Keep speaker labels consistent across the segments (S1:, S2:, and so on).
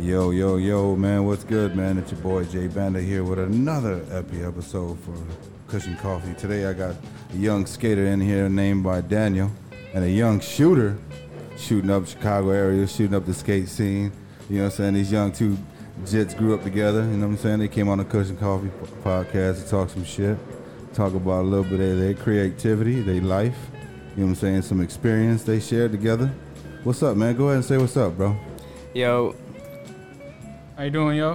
S1: Yo, yo, yo, man, what's good, man? It's your boy Jay Banda here with another epi episode for Cushion Coffee. Today I got a young skater in here named by Daniel and a young shooter shooting up Chicago area, shooting up the skate scene. You know what I'm saying? These young two jits grew up together, you know what I'm saying? They came on the Cushion Coffee p- podcast to talk some shit, talk about a little bit of their creativity, their life, you know what I'm saying? Some experience they shared together. What's up, man? Go ahead and say what's up, bro.
S2: Yo,
S3: How you doing, yo?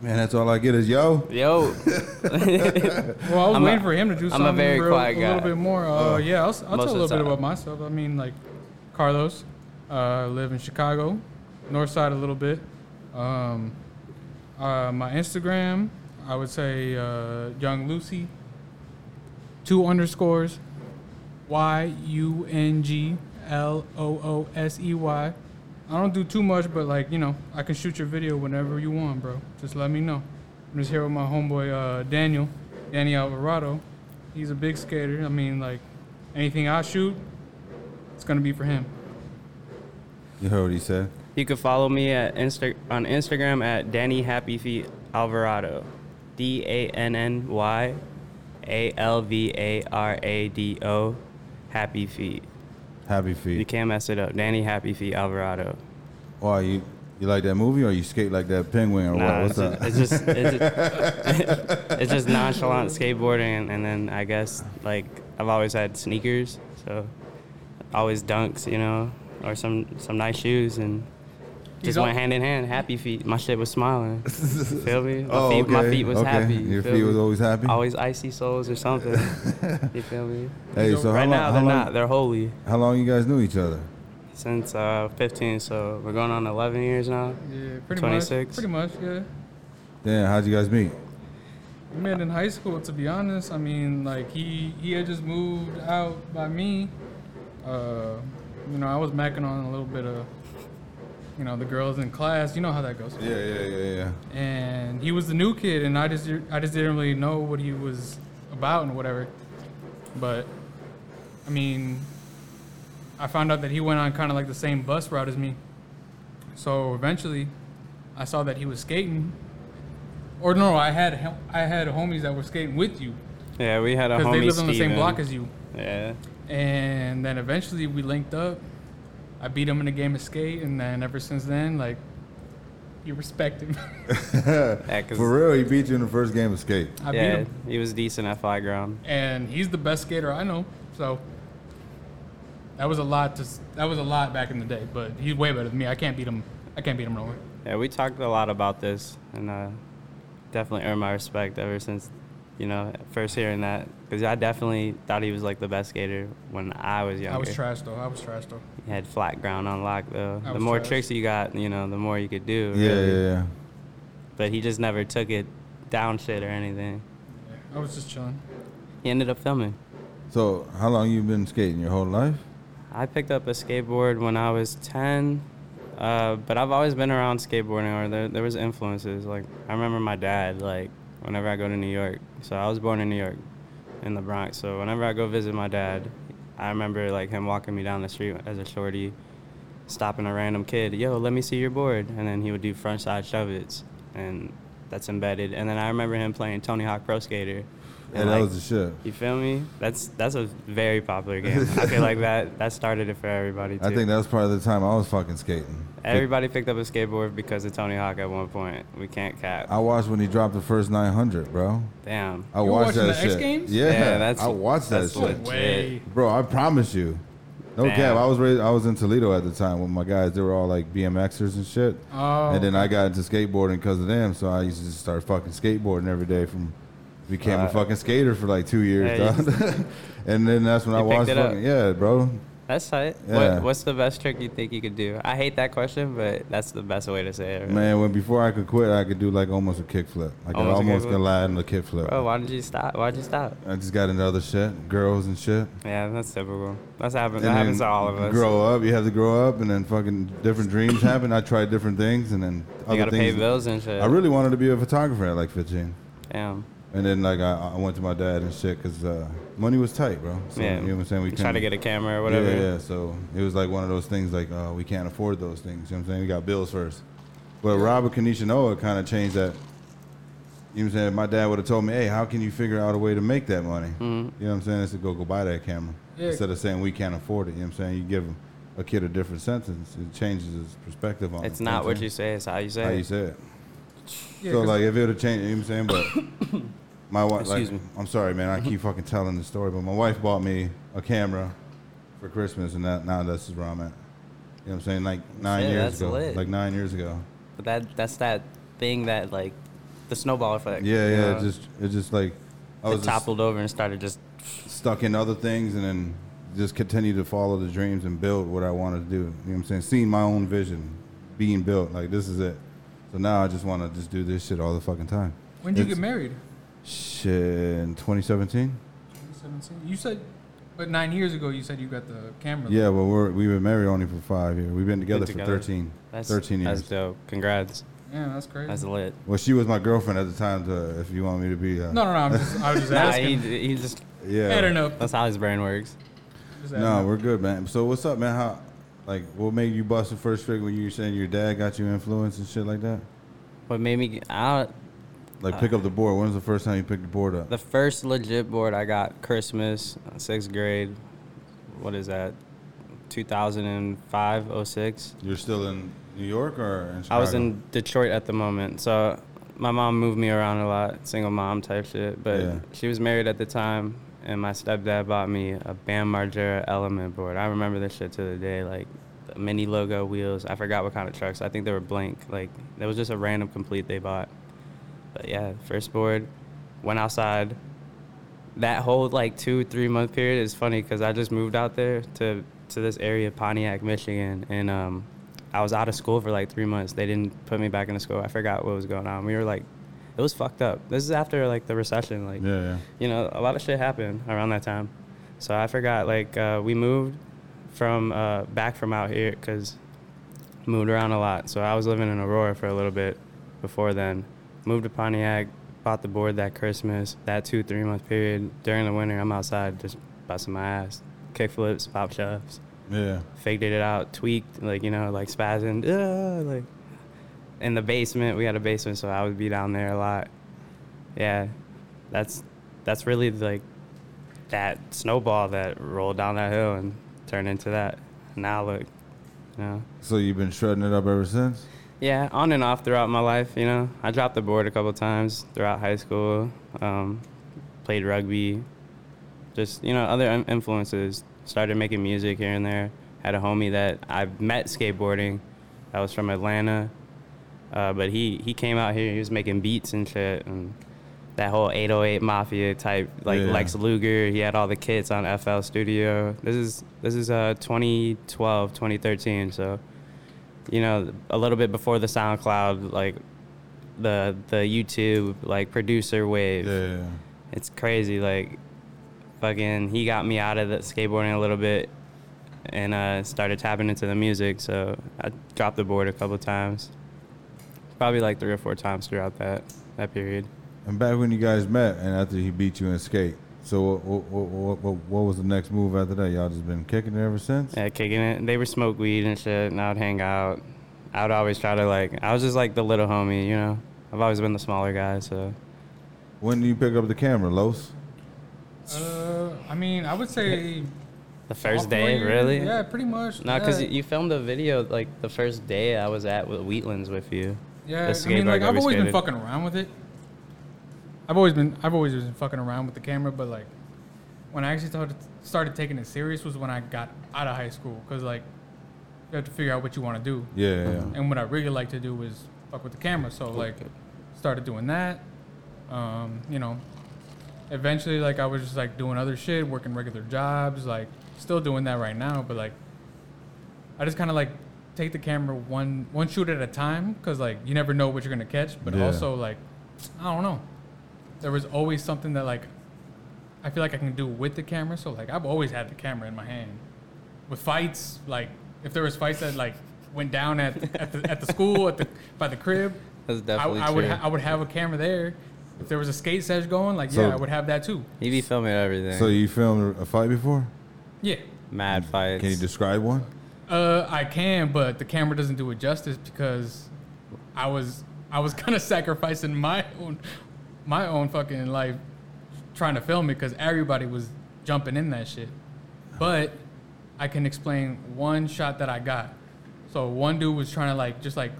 S1: Man, that's all I get is yo.
S2: yo,
S3: Well, I was
S2: I'm a-
S3: waiting for him to do
S2: I'm a
S3: something
S2: very
S3: real-
S2: quiet
S3: a
S2: guy.
S3: little bit more. Uh, yeah, I'll, s will
S2: most of
S3: tell a
S2: the
S3: little bit
S2: time.
S3: about myself. I mean, like Carlos, uh, live in Chicago, North Side a little bit. Um, uh, my Instagram, I would say uh, Young Lucy, two underscores, Y U N G L O O S E Y. I don't do too much, but like you know, I can shoot your video whenever you want, bro. Just let me know. I'm just here with my homeboy uh, Daniel, Danny Alvarado. He's a big skater. I mean, like anything I shoot, it's gonna be for him.
S1: You heard what he said.
S2: you can follow me at Insta- on Instagram at Danny Happy Feet Alvarado, D A N N Y A L V A R A D O, Happy Feet.
S1: Happy
S2: You
S1: feet.
S2: can't mess it up. Danny Happy Feet Alvarado.
S1: Why you you like that movie or you skate like that penguin or
S2: Nah,
S1: what? What's
S2: it's,
S1: up?
S2: just, it's just it's just- it's just nonchalant skateboarding, and then I guess like I've always had sneakers, so always dunks, you know, or some some nice shoes, and
S3: He's
S2: just
S3: al-
S2: went hand in hand. Happy feet, my shit was smiling. feel me? My,
S1: Oh,
S2: feet, my
S1: okay,
S2: feet was
S1: okay.
S2: happy. you
S1: Your
S2: feel
S1: feet
S2: me?
S1: was always happy.
S2: always icy soles or something. you feel me?
S1: hey, so
S2: right
S1: how
S2: now
S1: long,
S2: they're
S1: how,
S2: not.
S1: long,
S2: They're holy
S1: how long you guys knew each other?
S2: since uh, 15, so we're going on 11 years now.
S3: Yeah, pretty
S2: 26.
S3: much. Pretty much, yeah.
S1: Damn, how'd you guys meet?
S3: I met in high school, to be honest. I mean, like he he had just moved out by me. Uh, you know, I was macking on a little bit of, you know, the girls in class. You know how that goes.
S1: Yeah, yeah, yeah, yeah.
S3: and he was the new kid, and I just I just didn't really know what he was about and whatever. But I mean, I found out that he went on kind of like the same bus route as me. So eventually, I saw that he was skating. Or no, I had hel- I had homies that were skating with you
S2: Yeah, we had a
S3: because
S2: homie
S3: they lived on the same
S2: Steven.
S3: block as you.
S2: Yeah.
S3: And then eventually we linked up. I beat him in a game of skate, and then ever since then, like, you respect him.
S2: Yeah, 'cause-
S1: For real, he beat you in the first game of skate.
S3: I beat
S2: yeah,
S3: him.
S2: he was decent at fly ground.
S3: and he's the best skater I know. So that was a lot to s- that was a lot back in the day, but he's way better than me. I can't beat him. I can't beat him no way.
S2: Yeah, we talked a lot about this, and uh, definitely earned my respect ever since, you know, first hearing that. Because I definitely thought he was like the best skater when I was younger.
S3: I was trash though. I was trash though.
S2: He had flat ground on lock though.
S3: I
S2: the
S3: was
S2: more
S3: trash.
S2: tricks you got, you know, the more you could do.
S1: Yeah,
S2: really.
S1: yeah,
S2: But he just never took it down shit or anything.
S3: I was just chilling.
S2: He ended up filming.
S1: yeah. So how long you been skating? Your whole life?
S2: I picked up a skateboard when I was 10, uh, but I've always been around skateboarding, or there, there was influences. Like I remember my dad, like whenever I go to New York. So I was born in New York, in the Bronx. So whenever I go visit my dad, I remember like him walking me down the street as a shorty, stopping a random kid. Yo, let me see your board, and then he would do front side shove it's, and that's embedded. And then I remember him playing Tony Hawk Pro Skater.
S1: Yeah, that
S2: like,
S1: was the shit.
S2: You feel me? That's that's a very popular game. I feel like that that started it for everybody. Too.
S1: I think that was probably the time I was fucking skating.
S2: everybody picked up a skateboard because of Tony Hawk at one point. We can't cap.
S1: I watched when he dropped the first 900, bro.
S2: Damn.
S1: I
S3: You were
S1: watched
S3: watching
S1: that
S3: the
S1: shit.
S3: X Games?
S1: Yeah,
S2: Yeah, that's-
S1: I watched that
S2: that's
S1: shit.
S2: legit.
S3: Way.
S1: Bro, I promise you. No
S2: Damn.
S1: cap. I was raised, I was in Toledo at the time with my guys. They were all like BMXers and shit.
S3: Oh.
S1: and then I got into skateboarding because of them. So I used to just start fucking skateboarding every day. From became a
S2: Wow.
S1: fucking skater for like two years.
S2: Yeah, you
S1: dog. and then that's when I
S2: You picked
S1: watched
S2: it up.
S1: fucking yeah, bro.
S2: That's tight.
S1: Yeah.
S2: What, what's the best trick you think you could do? I hate that question, but that's the best way to say it. Really.
S1: Man, when before I could quit, I could do like almost a kickflip. I could
S2: Almost a
S1: almost
S2: kickflip? Oh,
S1: can lie in the kickflip.
S2: Bro, why did you stop? Why'd you stop?
S1: I just got into other shit, girls and shit.
S2: Yeah, that's typical. That's happened.
S1: And
S2: That
S1: then
S2: happens to all of us.
S1: Grow up, you have to grow up, and then fucking different dreams happen. I tried different things, and then other
S2: you gotta pay
S1: things.
S2: bills and shit.
S1: I really wanted to be a photographer at like 15.
S2: Damn.
S1: And then like I, I went to my dad and shit because uh, money was tight, bro. So,
S2: Yeah.
S1: You know what I'm saying? We
S2: Try to
S1: couldn't-
S2: get a camera or whatever.
S1: Yeah, yeah. So it was like one of those things like uh, we can't afford those things. You know what I'm saying? We got bills first. But Robert Kanishinoa kind of changed that. You know what I'm saying? If my dad would have told me, hey, how can you figure out a way to make that money?
S2: Hmm. Mm-hmm.
S1: You know what I'm saying? I said, go go buy that camera.
S3: Yeah.
S1: Instead of saying we can't afford it. You know what I'm saying? You give a kid a different sentence. It changes his perspective on it.
S2: It's not
S1: know
S2: what
S1: I'm
S2: you
S1: saying?
S2: say, it's how you say
S1: How
S2: it.
S1: you say it.
S3: Yeah,
S1: so
S3: 'cause-
S1: like if it would have changed, you know what I'm saying? But my wife, like,
S2: Excuse me.
S1: I'm sorry, man. I keep fucking telling the story, but my wife bought me a camera for Christmas, and that now that's where I'm at. You know what I'm saying? Like nine
S2: it,
S1: years
S2: that's
S1: ago.
S2: lit.
S1: Like nine years ago.
S2: But that that's that thing that like the snowball effect.
S1: Yeah,
S2: you
S1: yeah.
S2: know?
S1: It just it just like I
S2: it
S1: was just
S2: toppled over and started just
S1: stuck in other things, and then just continue to follow the dreams and build what I wanted to do. You know what I'm saying? Seeing my own vision being built. Like this is it. So now I just want to just do this shit all the fucking time.
S3: when did you
S1: it's-
S3: get married?
S1: Shit, in 2017.
S3: 2017. You said, but nine years ago, you said you got the camera.
S1: Yeah, well, we're, we've been married only for five years. We've been together,
S2: together.
S1: for 13,
S2: that's
S1: 13 years.
S2: That's dope. Congrats.
S3: Yeah, that's crazy.
S2: That's lit.
S1: well, she was my girlfriend at the time, to, if you want me to be. Uh,
S3: no, no, no. I'm just, I was just
S2: Nah, he,
S3: asking.
S2: he just
S1: Yeah.
S3: I don't know.
S2: that's how his brain works.
S3: Just
S1: No,
S3: asking.
S1: we're good, man. So what's up, man? How, like, what made you bust the first trick when you were saying your dad got you influenced and shit like that?
S2: What made me get out Uh,
S1: Like, pick up the board. When was the first time you picked the board up?
S2: the first legit board I got Christmas, sixth grade. What is that? 2005, 06.
S1: You're still in New York or in Chicago?
S2: I was in Detroit at the moment, so my mom moved me around a lot, single mom type shit. But
S1: Yeah.
S2: she was married at the time, and my stepdad bought me a Bam Margera Element board. I remember this shit to the day, like the mini logo wheels. I forgot what kind of trucks. I think they were blank. Like that was just a random complete they bought. But yeah, first board, went outside. That whole like two three month period is funny because I just moved out there to to this area, Pontiac, Michigan, and um, I was out of school for like three months. They didn't put me back into school. I forgot what was going on. We were like, it was fucked up. This is after like the recession. Like,
S1: Yeah, yeah.
S2: you know, a lot of shit happened around that time. So I forgot. Like, uh, we moved from uh, back from out here because moved around a lot. So I was living in Aurora for a little bit before then. Moved to Pontiac, bought the board that Christmas. That two three month period during the winter, I'm outside just busting my ass, kick flips, pop shoves
S1: Yeah.
S2: faked it out, tweaked, like, you know, like spazzing, "Ah," like in the basement. We had a basement, so I would be down there a lot. Yeah, that's that's really like that snowball that rolled down that hill and turned into that. Now look, you know.
S1: So you've been shredding it up ever since?
S2: Yeah, on and off throughout my life, you know. I dropped the board a couple times throughout high school. Um, played rugby. Just, you know, other in- influences. Started making music here and there. Had a homie that I met skateboarding. That was from Atlanta. Uh, but he, he came out here, he was making beats and shit and that whole 808 mafia type like
S1: Yeah.
S2: Lex Luger, he had all the kits on FL Studio. This is this is uh 2012, 2013, so you know, a little bit before the SoundCloud, like the the YouTube like producer wave.
S1: Yeah, yeah, yeah.
S2: It's crazy. Like, fucking, he got me out of the skateboarding a little bit, and uh, started tapping into the music. So I dropped the board a couple times, probably like three or four times throughout that that period.
S1: And back when you guys met, and after he beat you in skate, so what, what, what, what, what was the next move after that? Y'all just been kicking it ever since?
S2: Yeah, kicking it. They would smoke weed and shit, and I would hang out. I would always try to like. I was just like the little homie, you know. I've always been the smaller guy, so
S1: When did you pick up the camera, Los?
S3: Uh, I mean, I would say
S2: The first
S3: sophomore
S2: day,
S3: year.
S2: really?
S3: Yeah, pretty much.
S2: No, because
S3: yeah.
S2: you filmed a video like the first day I was at with Wheatlands with you.
S3: Yeah,
S2: the
S3: I
S2: skate
S3: mean,
S2: park
S3: like
S2: that
S3: I've
S2: we
S3: always been
S2: skated.
S3: fucking around with it. I've always been, I've always been fucking around with the camera, but like, when I actually started, started taking it serious was when I got out of high school, cause like, you have to figure out what you want to do,
S1: Yeah, yeah.
S3: and what I really like to do was fuck with the camera. So like, started doing that. Um, you know, eventually, like I was just like doing other shit, working regular jobs, like still doing that right now, but like, I just kind of like take the camera one one shoot at a time because like you never know what you're gonna catch, but
S1: Yeah.
S3: also like I don't know. There was always something that like I feel like I can do with the camera, so like I've always had the camera in my hand. With fights, like if there was fights that like went down at at the, at the school at the by the crib,
S2: That's
S3: I,
S2: definitely
S3: I would
S2: true.
S3: ha- I would have a camera there. If there was a skate sesh going, like
S1: So-
S3: yeah, I would have that too.
S2: he be filming everything.
S1: So you filmed a fight before?
S3: Yeah.
S2: Mad fights.
S1: Can you describe one?
S3: Uh, I can, but the camera doesn't do it justice because I was I was kind of sacrificing my own my own fucking life trying to film it because everybody was jumping in that shit. But I can explain one shot that I got. So one dude was trying to like just like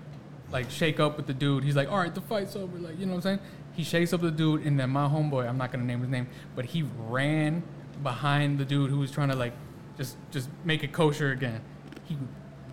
S3: like shake up with the dude. He's like, all right, the fight's over. Like, you know what I'm saying? He shakes up the dude, and then my homeboy, I'm not gonna name his name, but he ran behind the dude who was trying to like just just make it kosher again. He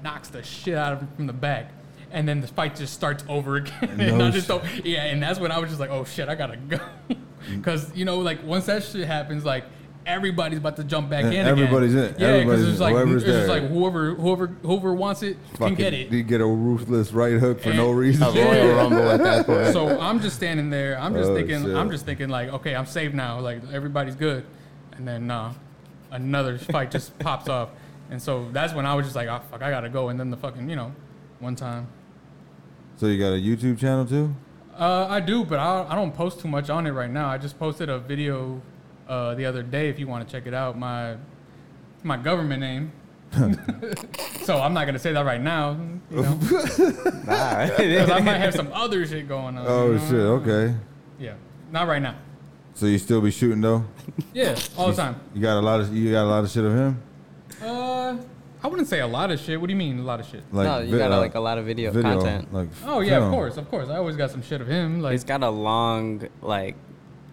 S3: knocks the shit out of him from the back. And then the fight just starts over again. and
S1: No
S3: I
S1: shit.
S3: just don't, yeah, and that's when I was just like, oh shit, I gotta go. Because, you know, like once that shit happens, like everybody's about to jump back
S1: And
S3: in.
S1: everybody's in.
S3: again. Yeah, because
S1: Everybody's
S3: it's
S1: in.
S3: like,
S1: Whoever's
S3: it's just
S1: there.
S3: like whoever, whoever, whoever wants it can get it.
S1: You get a ruthless right hook for no
S3: And-
S1: reason.
S3: A Royal Yeah. Rumble
S2: at that point.
S3: so I'm just standing there. I'm just
S1: Oh,
S3: thinking.
S1: shit.
S3: I'm just thinking like, okay, I'm safe now. Like everybody's good, and then nah, another fight just pops off, and so that's when I was just like, oh fuck, I gotta go. And then the fucking, you know, one time.
S1: So you got a YouTube channel too?
S3: Uh, I do, but I, I don't post too much on it right now. I just posted a video uh, the other day. If you want to check it out, my my government name. so I'm not gonna say that right now, you know, 'cause I might have some other shit going on. you
S1: Oh
S3: know?
S1: shit. Okay.
S3: Yeah, not right now.
S1: So you still be shooting though?
S3: Yeah, all the time.
S1: You got a lot of you got a lot of shit of him.
S3: Uh, I wouldn't say a lot of shit. What do you mean a lot of shit?
S1: Like
S2: no, you
S1: vi-
S2: got
S1: uh,
S2: like a lot of video,
S1: video,
S2: content.
S1: Like
S3: Oh yeah, of
S1: film.
S3: course, of course. I always got some shit of him. Like
S2: He's got a long like,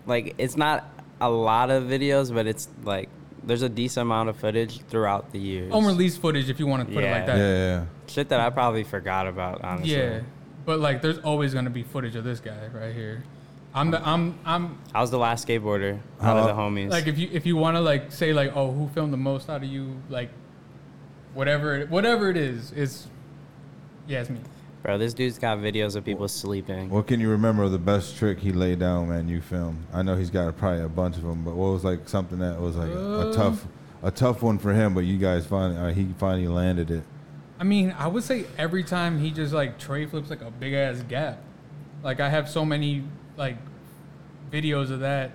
S2: like it's not a lot of videos, but it's like there's a decent amount of footage throughout the years.
S3: unreleased footage, if you want to put it like
S1: Yeah,
S2: Yeah.
S3: that.
S1: yeah.
S2: Shit that I probably forgot about. Honestly.
S3: Yeah, but like, there's always gonna be footage of this guy right here. I'm the I'm I'm
S2: I was the last skateboarder out of
S1: Uh,
S2: the homies.
S3: like if you if you want to like say like oh who filmed the most out of you like whatever it, whatever it is it's yeah it's me.
S2: Bro, this dude's got videos of people sleeping.
S1: What can you remember of the best trick he laid down, man? You filmed. I know he's got probably a bunch of them, but what was like something that was like a, a tough, a tough one for him, but you guys finally, uh, he finally landed it.
S3: I mean, I would say every time he just like tray flips like a big ass gap. Like I have so many like videos of that.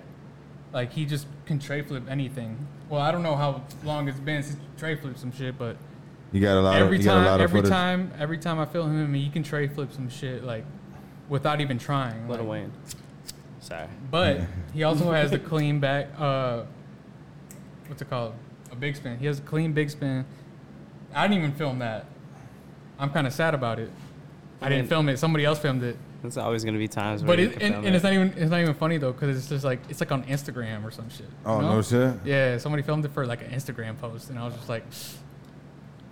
S3: Like he just can tray flip anything. Well, I don't know how long it's been since he tray flipped some shit, but
S1: You got a lot
S3: every
S1: of, you got a
S3: time,
S1: lot of
S3: every
S1: footage.
S3: time, every time I film him, he can tray flip some shit like without even trying.
S2: Little
S3: like-
S2: Wayne. Sorry.
S3: but he also has the clean back. Uh, what's it called? A big spin. He has a clean big spin. I didn't even film that. I'm kind of sad about it. I didn't film it. Somebody else filmed it.
S2: There's always gonna be times where
S3: But
S2: you
S3: it,
S2: can
S3: and,
S2: film
S3: and
S2: it.
S3: it's not even it's not even funny though because it's just like it's like on Instagram or some shit. you
S1: Oh
S3: know?
S1: no shit.
S3: Yeah, somebody filmed it for like an Instagram post, and I was just like,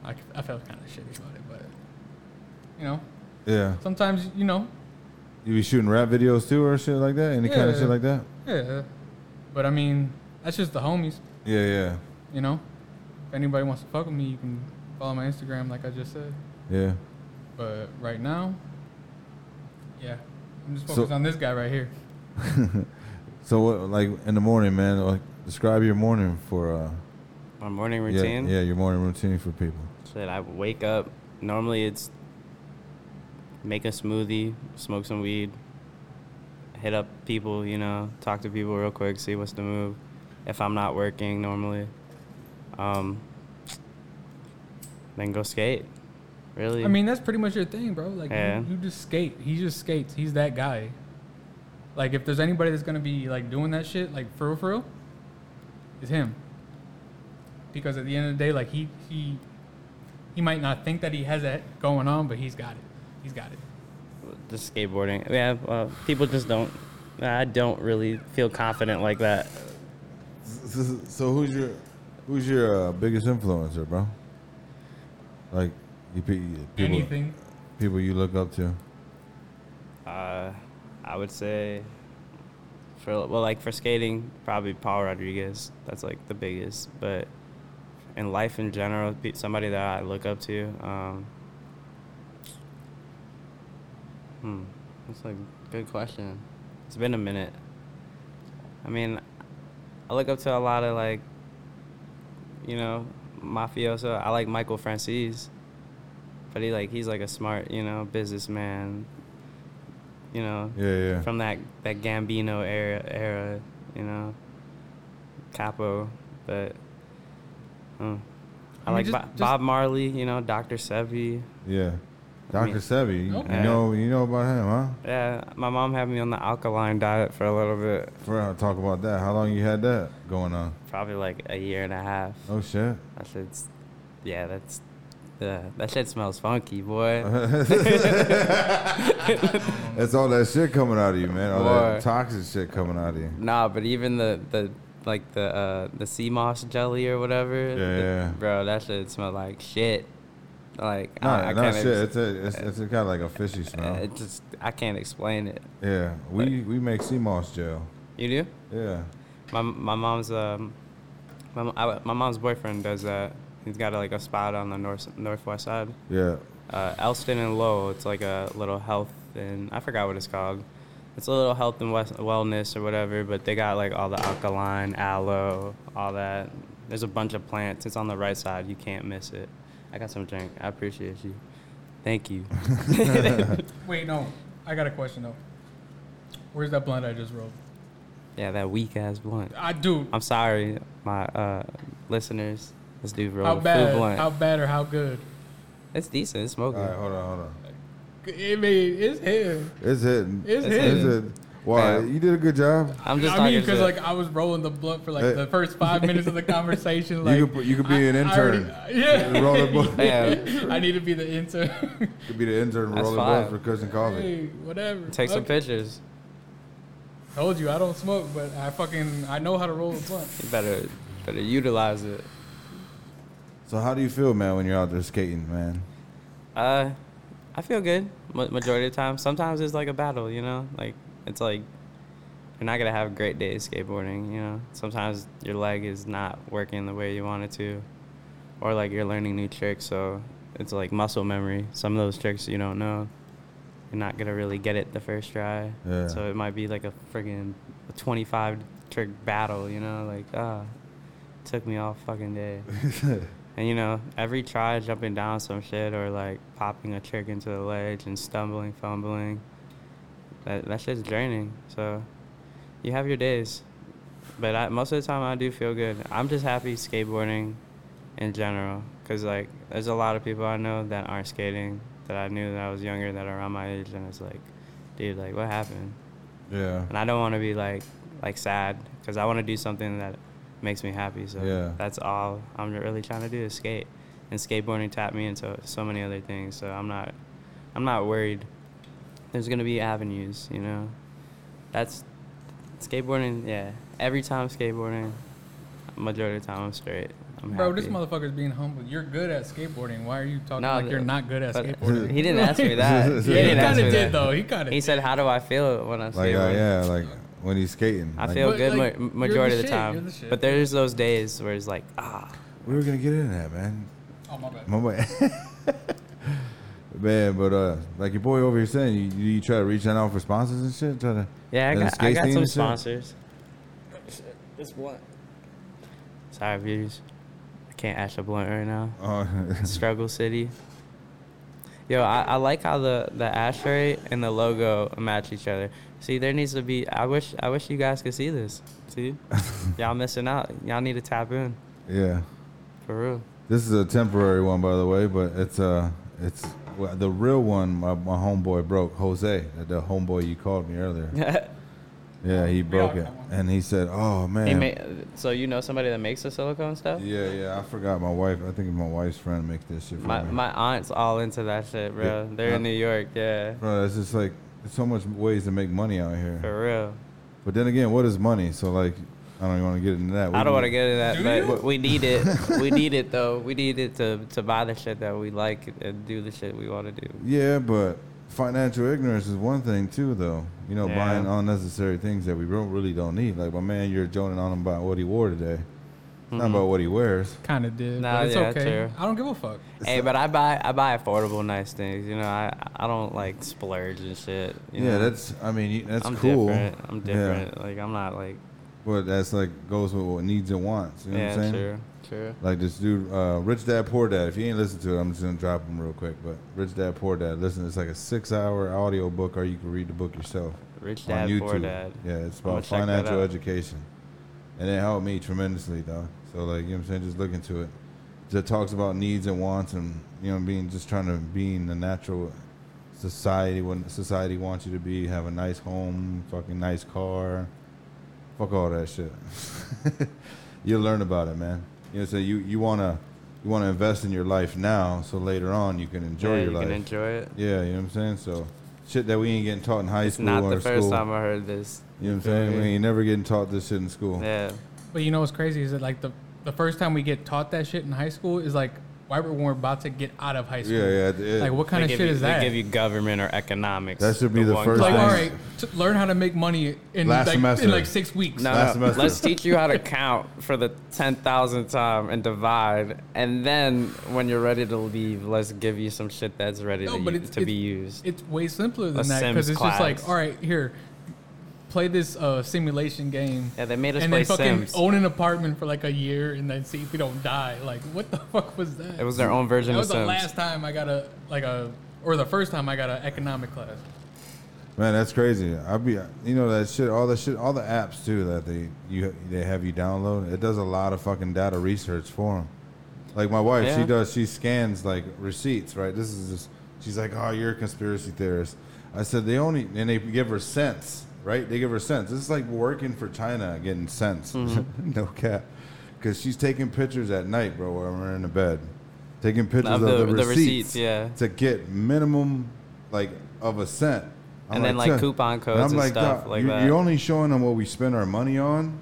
S3: I, I felt kind of shitty about it, but you know,
S1: Yeah.
S3: sometimes you know
S1: You be shooting rap videos too, or shit like that. Any kind of
S3: Yeah.
S1: shit like that.
S3: Yeah, but I mean, that's just the homies,
S1: Yeah, yeah,
S3: you know. If anybody wants to fuck with me, you can follow my Instagram, like I just said.
S1: yeah.
S3: But right now, yeah, I'm just
S1: So-
S3: focused on this guy right here.
S1: So what, like in the morning, man? Like describe your morning for uh,
S2: my morning
S1: yeah,
S2: routine.
S1: Yeah, your morning routine for people.
S2: Shit, I wake up. Normally, it's make a smoothie, smoke some weed, hit up people, you know, talk to people real quick, see what's the move. If I'm not working normally, um, then go skate. Really?
S3: I mean, that's pretty much your thing, bro. Like,
S2: Yeah.
S3: you, you just skate. He just skates. He's that guy. Like, if there's anybody that's gonna be like doing that shit, like for real, for real, is him. Because at the end of the day, like he he he might not think that he has that going on, but he's got it. He's got it.
S2: the skateboarding. Yeah, uh, people just don't. I don't really feel confident like that.
S1: So, so who's your who's your uh, biggest influencer, bro? Like you, pe- people
S3: Anything.
S1: people you look up to.
S2: Uh, I would say, for well, like for skating, probably Paul Rodriguez. That's like the biggest. But in life in general, pe- somebody that I look up to. Um, hmm, that's like a good question. It's been a minute. I mean, I look up to a lot of like, you know, mafioso. I like Michael Francis, but he like he's like a smart, you know, businessman. You know,
S1: Yeah, yeah.
S2: from that that Gambino era era, you know, Capo, but hmm. I
S3: I mean,
S2: like
S3: just-
S2: Bo-
S3: just-
S2: Bob Marley, you know, Dr. Sebi.
S1: Yeah.
S2: I
S1: Dr.
S2: mean-
S1: Sebi,
S3: Okay.
S1: you know you know about him, huh?
S2: Yeah, my mom had me on the alkaline diet for a little bit,
S1: For real, talk about that. How long you had that going on?
S2: probably like a year and a half.
S1: Oh shit.
S2: That shit's, yeah, that's, yeah, that shit smells funky, boy.
S1: Uh-huh. That's all that shit coming out of you, man. All
S2: Boy.
S1: that toxic shit coming out of you.
S2: Nah, but even the the like the uh the sea moss jelly or whatever,
S1: Yeah,
S2: the-
S1: yeah.
S2: bro, that shit smelled like shit. Like
S1: No,
S2: I, I
S1: no
S2: can't
S1: shit.
S2: ex-
S1: It's a, it's, it's a kind of like a fishy
S2: Uh,
S1: smell.
S2: It just I can't explain it.
S1: Yeah, we we make sea moss gel.
S2: You do?
S1: Yeah,
S2: My my mom's um, my mo- I, my mom's boyfriend does that. He's got like a spot on the north northwest side,
S1: yeah.
S2: uh, Elston and Lowell. It's like a little health and I forgot what it's called. It's a little health and wes- wellness or whatever, but they got like all the alkaline, aloe, all that. There's a bunch of plants. It's on the right side. You can't miss it. I got some drink. I appreciate you. Thank you.
S3: Wait, no. I got a question though. Where's that blunt I just rolled?
S2: Yeah, that weak ass blunt.
S3: I do.
S2: I'm sorry, my uh, listeners. This dude
S3: How
S2: rolled a full
S3: bad?
S2: blunt.
S3: How bad or how good?
S2: it's decent. It's
S1: All
S2: smoking.
S1: right, hold on, hold on.
S3: I mean, it's him.
S1: It's hitting.
S3: It's
S2: It's
S3: him.
S1: It's hitting. Why?
S2: Yeah.
S1: You did a good job.
S2: I'm just
S3: I mean,
S2: talking shit.
S3: because like I was rolling the blunt for like
S1: Hey.
S3: the first five minutes of the conversation. Like
S1: you could put- you could be
S3: I-
S1: an
S3: I already-
S1: intern.
S3: yeah,
S1: Roll the blunt.
S2: Damn.
S3: I need to be the intern.
S1: You could be the intern
S2: That's
S1: rolling
S2: fine.
S1: balls for cushion coffee.
S3: hey, whatever.
S2: Take some
S3: Fuck.
S2: pictures.
S3: Told you I don't smoke, but I fucking I know how to roll a blunt.
S2: You better better utilize it.
S1: So how do you feel, man, when you're out there skating, man?
S2: Uh, I feel good ma- majority of the time. Sometimes it's like a battle, you know. Like it's like you're not gonna have a great day skateboarding, you know. Sometimes your leg is not working the way you want it to, or like you're learning new tricks, so it's like muscle memory. Some of those tricks you don't know, you're not gonna really get it the first try.
S1: Yeah.
S2: So it might be like a friggin' a 25 trick battle, you know, like ah, took me all fucking day. And you know, every try jumping down some shit or like popping a trick into the ledge and stumbling, fumbling, that that shit's draining. So you have your days, but I, most of the time I do feel good. I'm just happy skateboarding in general, cause like there's a lot of people I know that aren't skating that I knew that I was younger that are around my age, and it's like, dude, like what happened?
S1: Yeah.
S2: and I don't want to be like like sad because I want to do something that makes me happy. So
S1: Yeah.
S2: that's all I'm really trying to do is skate, and skateboarding tapped me into so many other things. So I'm not I'm not worried. There's gonna be avenues, you know. That's skateboarding. Yeah, every time skateboarding, majority of the time I'm straight. I'm
S3: Bro,
S2: happy.
S3: this motherfucker's being humble. You're good at skateboarding. Why are you talking
S2: No,
S3: like
S2: the-
S3: you're not good at
S2: but
S3: skateboarding?
S2: he didn't ask me that. He
S3: yeah, he
S2: didn't ask
S3: kind
S2: me
S3: of
S2: that.
S3: did though. He kind of.
S2: He said, "How do I feel when I'm
S1: Like,
S2: skateboarding?"
S1: uh, yeah, like when he's skating.
S2: I
S1: like,
S2: feel
S3: But,
S2: good
S3: like,
S2: ma-
S3: you're
S2: majority of
S3: the
S2: the
S3: shit, you're
S2: time,
S3: the shit.
S2: but there's those days where it's like, ah,
S1: we were gonna get in that, man.
S3: "Oh my bad."
S1: My boy. man, but uh, like your boy over here saying, you, you try to reach out for sponsors and shit. Try to.
S2: yeah, I
S1: and the
S2: got, I
S1: skate
S2: got
S1: scene
S2: some
S1: and shit?
S2: sponsors. This one. Sorry, viewers. I can't ash a blunt right now.
S1: Oh,
S2: Struggle City. Yo, I, I like how the the ashtray and the logo match each other. See, there needs to be. I wish I wish you guys could see this. See, y'all missing out. Y'all need to tap in
S1: yeah.
S2: for real.
S1: This is a temporary one, by the way, but it's uh, it's well, the real one. My, my homeboy broke Jose, the homeboy you called me earlier. Yeah, he broke
S3: got
S1: it,
S3: that one.
S1: and he said, "Oh man."
S2: He ma- so you know somebody that makes the silicone stuff?
S1: yeah, yeah. I forgot my wife. I think my wife's friend makes this shit for
S2: My
S1: me.
S2: my aunt's all into that shit, bro.
S1: Yeah.
S2: They're in New York, yeah,
S1: Bro, it's just like there's so much ways to make money out here.
S2: for real.
S1: But then again, what is money? So like, I don't even want to get into that. We
S2: I
S1: can-
S2: don't want to get into that,
S3: Do
S2: but
S3: you?
S2: w- we need it. we need it though. We need it to to buy the shit that we like and do the shit we want to do.
S1: Yeah, but financial ignorance is one thing too, though. You know,
S2: Yeah.
S1: buying unnecessary things that we don't really don't need. Like my man, you're joning on him about what he wore today, not
S2: Mm-hmm.
S1: about what he wears.
S3: Kind of did,
S2: Nah,
S3: but it's
S2: yeah,
S3: okay.
S2: true.
S3: I don't give a fuck.
S2: Hey, but I buy I buy affordable nice things. You know, I I don't like splurge and shit. You
S1: yeah,
S2: know?
S1: that's. I mean, you- that's
S2: I'm
S1: cool.
S2: different. I'm
S1: Yeah.
S2: different. Like I'm not like
S1: But that's like goes with what needs and wants. You know
S2: yeah,
S1: what I'm saying?
S2: true, true.
S1: Like this dude, uh, Rich Dad Poor Dad. If you ain't listened to it, I'm just gonna drop him real quick. But Rich Dad Poor Dad, listen, it's like a six-hour audio book, or you can read the book yourself
S2: Rich
S1: on
S2: dad,
S1: YouTube.
S2: poor dad.
S1: Yeah, it's
S2: I'ma
S1: about
S2: check that
S1: financial
S2: out.
S1: education, and it helped me tremendously, though. So like, you know what I'm saying? Just look into it. It talks about needs and wants, and you know, being just trying to be in the natural society when society wants you to be. Have a nice home, fucking nice car, fuck all that shit. You'll learn about it, man. You know, so you you wanna you wanna invest in your life now, so later on you can enjoy
S2: yeah,
S1: your
S2: you
S1: life.
S2: can enjoy it.
S1: yeah, you know what I'm saying. So. Shit that we ain't getting taught in high
S2: It's
S1: school
S2: not
S1: or
S2: the first
S1: school.
S2: time I heard this.
S1: You know what I'm
S2: feel
S1: saying?
S2: me?
S1: We ain't never getting taught this shit in school.
S2: Yeah,
S3: But you know what's crazy is that like the the first time we get taught that shit in high school is like right when we're about to get out of high school.
S1: Yeah, yeah. it-
S3: Like what kind
S2: They
S3: of
S2: give
S3: shit
S2: you,
S3: is
S2: they
S3: that?
S2: give you government or economics.
S1: That should be the
S2: one
S1: first
S3: like
S2: class.
S3: all
S1: thing.
S3: right, t- learn how to make money in
S1: Last
S3: like,
S1: semester.
S3: in like six weeks.
S2: No,
S1: Last
S2: no.
S1: semester.
S2: Let's teach you how to count for the ten thousandth time and divide, and then when you're ready to leave, let's give you some shit that's ready
S3: No,
S2: to,
S3: but
S2: u-
S3: it's-
S2: to be used.
S3: It's way simpler than
S2: A
S3: that because
S2: Sims
S3: it's just
S2: class.
S3: like all right, here, play this uh, simulation game.
S2: yeah, they made us
S3: and
S2: play
S3: then fucking
S2: Sims.
S3: own an apartment for like a year and then see if we don't die. Like, what the fuck was that?
S2: it was their own version
S3: that
S2: of
S3: was the
S2: Sims.
S3: last time I got a like a or the first time I got an economic class.
S1: Man, that's crazy. I'll be, you know, that shit, all that shit, all the apps too that they you they have you download. It does a lot of fucking data research for them. Like my wife, she
S2: Yeah.
S1: does. She scans like receipts, right? This is just. She's like, "Oh, you're a conspiracy theorist." I said, "They only and they give her cents, right? They give her cents. This is like working for China, getting cents,
S2: Mm-hmm.
S1: no cap, because she's taking pictures at night, bro, when we're in the bed, taking pictures of,
S2: the-
S1: the,
S2: the
S1: receipts,
S2: receipts, yeah.
S1: to get minimum like of a cent, I'm
S2: And then, like,
S1: "Tuh."
S2: coupon codes and stuff
S1: "Doc,
S2: like
S1: you,
S2: that."
S1: You're only showing them what we spend our money on."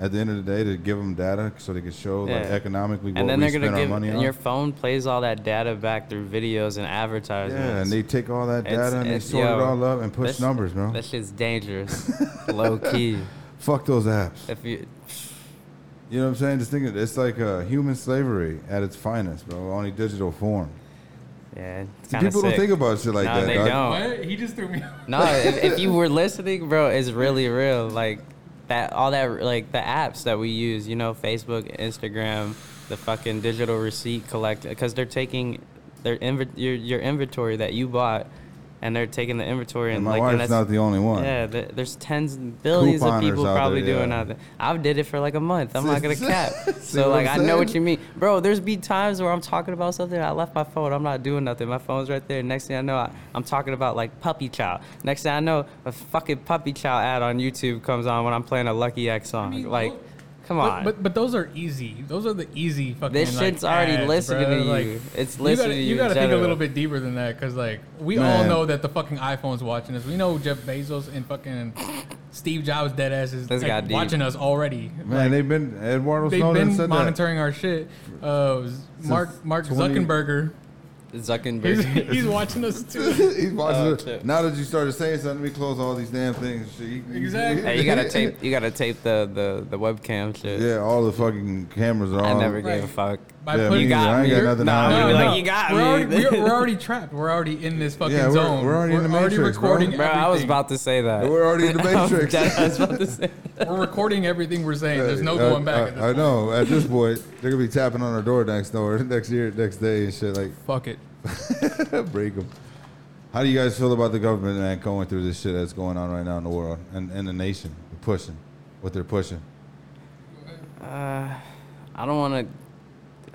S1: At the end of the day, to give them data so they can show like
S2: Yeah.
S1: economically what
S2: and then
S1: we
S2: they're
S1: spend
S2: gonna
S1: our
S2: give,
S1: money
S2: and
S1: on.
S2: your phone plays all that data back through videos and advertisements.
S1: Yeah, and they take all that data
S2: It's-
S1: and they
S2: it's-
S1: sort it
S2: yo,
S1: all up and push
S2: that's-
S1: numbers, bro.
S2: That shit's dangerous, low key.
S1: Fuck those apps.
S2: If you,
S1: You know what I'm saying? Just thinking, it's like uh, human slavery at its finest, bro. Only digital form.
S2: yeah, it's
S1: See,
S2: kind of
S1: people
S2: sick.
S1: don't think about shit like
S2: no,
S1: that.
S2: they
S1: dog.
S2: don't.
S3: What? He just threw me.
S2: No, if, if you were listening, bro, it's really real. Like that, all that, like the apps that we use. You know, Facebook, Instagram, the fucking digital receipt collect because they're taking their inv- your your inventory that you bought, and they're taking the inventory and,
S1: And my
S2: like and
S1: wife's
S2: that's,
S1: not the only one.
S2: yeah, there, there's tens, and billions
S1: Couponers
S2: of people
S1: out
S2: probably
S1: there,
S2: doing
S1: yeah.
S2: out there. I did it for like a month. I'm not gonna cap.
S1: See
S2: So
S1: what
S2: like
S1: I'm
S2: I know what
S1: saying?
S2: you mean, bro. There's be times where I'm talking about something. I left my phone. I'm not doing nothing. My phone's right there. Next thing I know, I, I'm talking about like puppy chow. Next thing I know, a fucking puppy chow ad on YouTube comes on when I'm playing a Lucky X song.
S3: mean,
S2: like,
S3: look-
S2: come
S3: But,
S2: on.
S3: but but those are easy. Those are the easy fucking.
S2: This
S3: like,
S2: shit's already
S3: ads,
S2: listening
S3: bruh.
S2: to you.
S3: Like,
S2: It's
S3: you
S2: listening
S3: gotta,
S2: to
S3: you.
S2: you in
S3: gotta think a
S2: general.
S3: little bit deeper than that, because like we all
S1: Man.
S3: know that the fucking iPhone's watching us. We know Jeff Bezos and fucking Steve Jobs dead ass is
S2: This got
S3: like,
S2: deep.
S3: watching us already.
S1: Man,
S3: Like,
S1: they've been, Eduardo
S3: they've
S1: Snowden
S3: been
S1: said
S3: monitoring our shit. Uh, Mark Mark
S1: 20
S3: Zuckerberg, he's,
S2: Zuckerberg.
S3: he's watching us too.
S1: that. He's watching
S2: Oh,
S1: it.
S2: shit.
S1: Now that you started saying something, we close all these damn things. Shit, you- you-
S3: Exactly.
S2: hey, you gotta tape. You gotta tape the the the webcam shit.
S1: Yeah, all the fucking cameras are
S2: I
S1: on.
S2: never gave a
S3: Right.
S2: fuck.
S3: By
S1: Yeah, me
S3: putting-
S1: neither. I ain't got
S3: You're-
S1: nothing
S2: nah,
S1: on
S2: I'm
S1: me.
S2: gonna be
S1: No,
S2: like,
S3: no.
S2: you got
S3: we're
S2: me.
S3: Already, we're, we're already trapped. We're already in this fucking
S1: Yeah, we're-
S3: zone.
S1: we're already in the Matrix, bro.
S3: recording
S2: Bro, I was
S3: everything.
S2: about to say that.
S1: We're already in the
S2: I was
S1: Matrix.
S2: dead- I was about to say.
S3: We're recording everything we're saying. There's no
S1: Uh,
S3: going back.
S1: I,
S3: at this
S1: I
S3: point.
S1: know. At this point, they're gonna be tapping on our door next door, next year, next day, and shit. Like,
S3: Fuck it.
S1: break them. How do you guys feel about the government man going through this shit that's going on right now in the world and in the nation, pushing what they're pushing?
S2: Uh, I don't want to.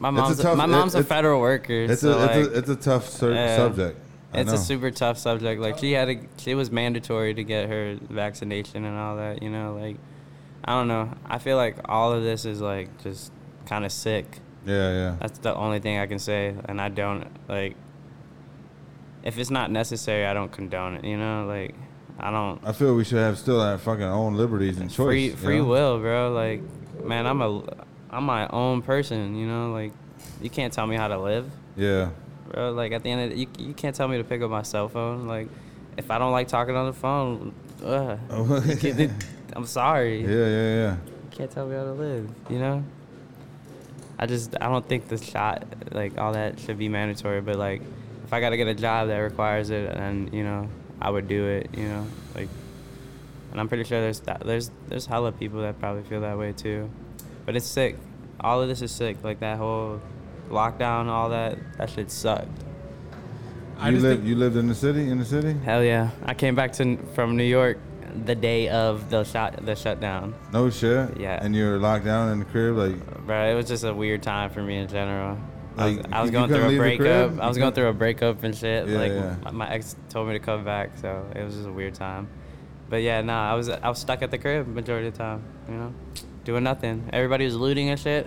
S2: My
S1: It's a
S2: mom's a
S1: tough-
S2: my
S1: it-
S2: mom's a
S1: it's-
S2: federal worker.
S1: It's
S2: so
S1: a it's,
S2: like,
S1: a it's a tough sur-
S2: yeah.
S1: subject. I
S2: it's a
S1: know.
S2: super tough subject. Like she had a, she was mandatory to get her vaccination and all that. You know, like I don't know. I feel like all of this is like just kind of sick.
S1: Yeah, yeah.
S2: That's the only thing I can say, and I don't like. If it's not necessary, I don't condone it. You know, like I don't
S1: I feel we should have still our fucking own liberties and choice.
S2: free
S1: you
S2: free
S1: know?
S2: will, bro. Like man, I'm a I'm my own person. You know, like you can't tell me how to live,
S1: Yeah,
S2: bro. Like at the end of the, you you can't tell me to pick up my cell phone. Like if I don't like talking on the phone, ugh.
S1: Oh.
S2: You can't- I'm sorry.
S1: yeah, yeah, yeah.
S2: You can't tell me how to live. You know. I just I don't think the shot like all that should be mandatory, but like if I gotta get a job that requires it, and you know I would do it. You know like, and I'm pretty sure there's that, there's there's hella people that probably feel that way too, but it's sick. All of this is sick. Like that whole lockdown, all that that shit sucked.
S3: I
S1: you
S3: just
S1: live,
S3: think-
S1: you lived in the city, in the city.
S2: Hell yeah! I came back to from New York the day of the shot the shutdown.
S1: No shit.
S2: Yeah.
S1: And you're locked down in the crib, like
S2: Bro, it was just a weird time for me in general. I was,
S1: Like,
S2: I was
S1: you
S2: going
S1: couldn't
S2: through a
S1: leave the crib?
S2: breakup. I
S1: You
S2: was going
S1: couldn't-
S2: through a breakup and shit.
S1: Yeah,
S2: like
S1: yeah.
S2: My, my ex told me to come back, so it was just a weird time. But yeah, nah, I was I was stuck at the crib majority of the time, you know, doing nothing. Everybody was looting and shit.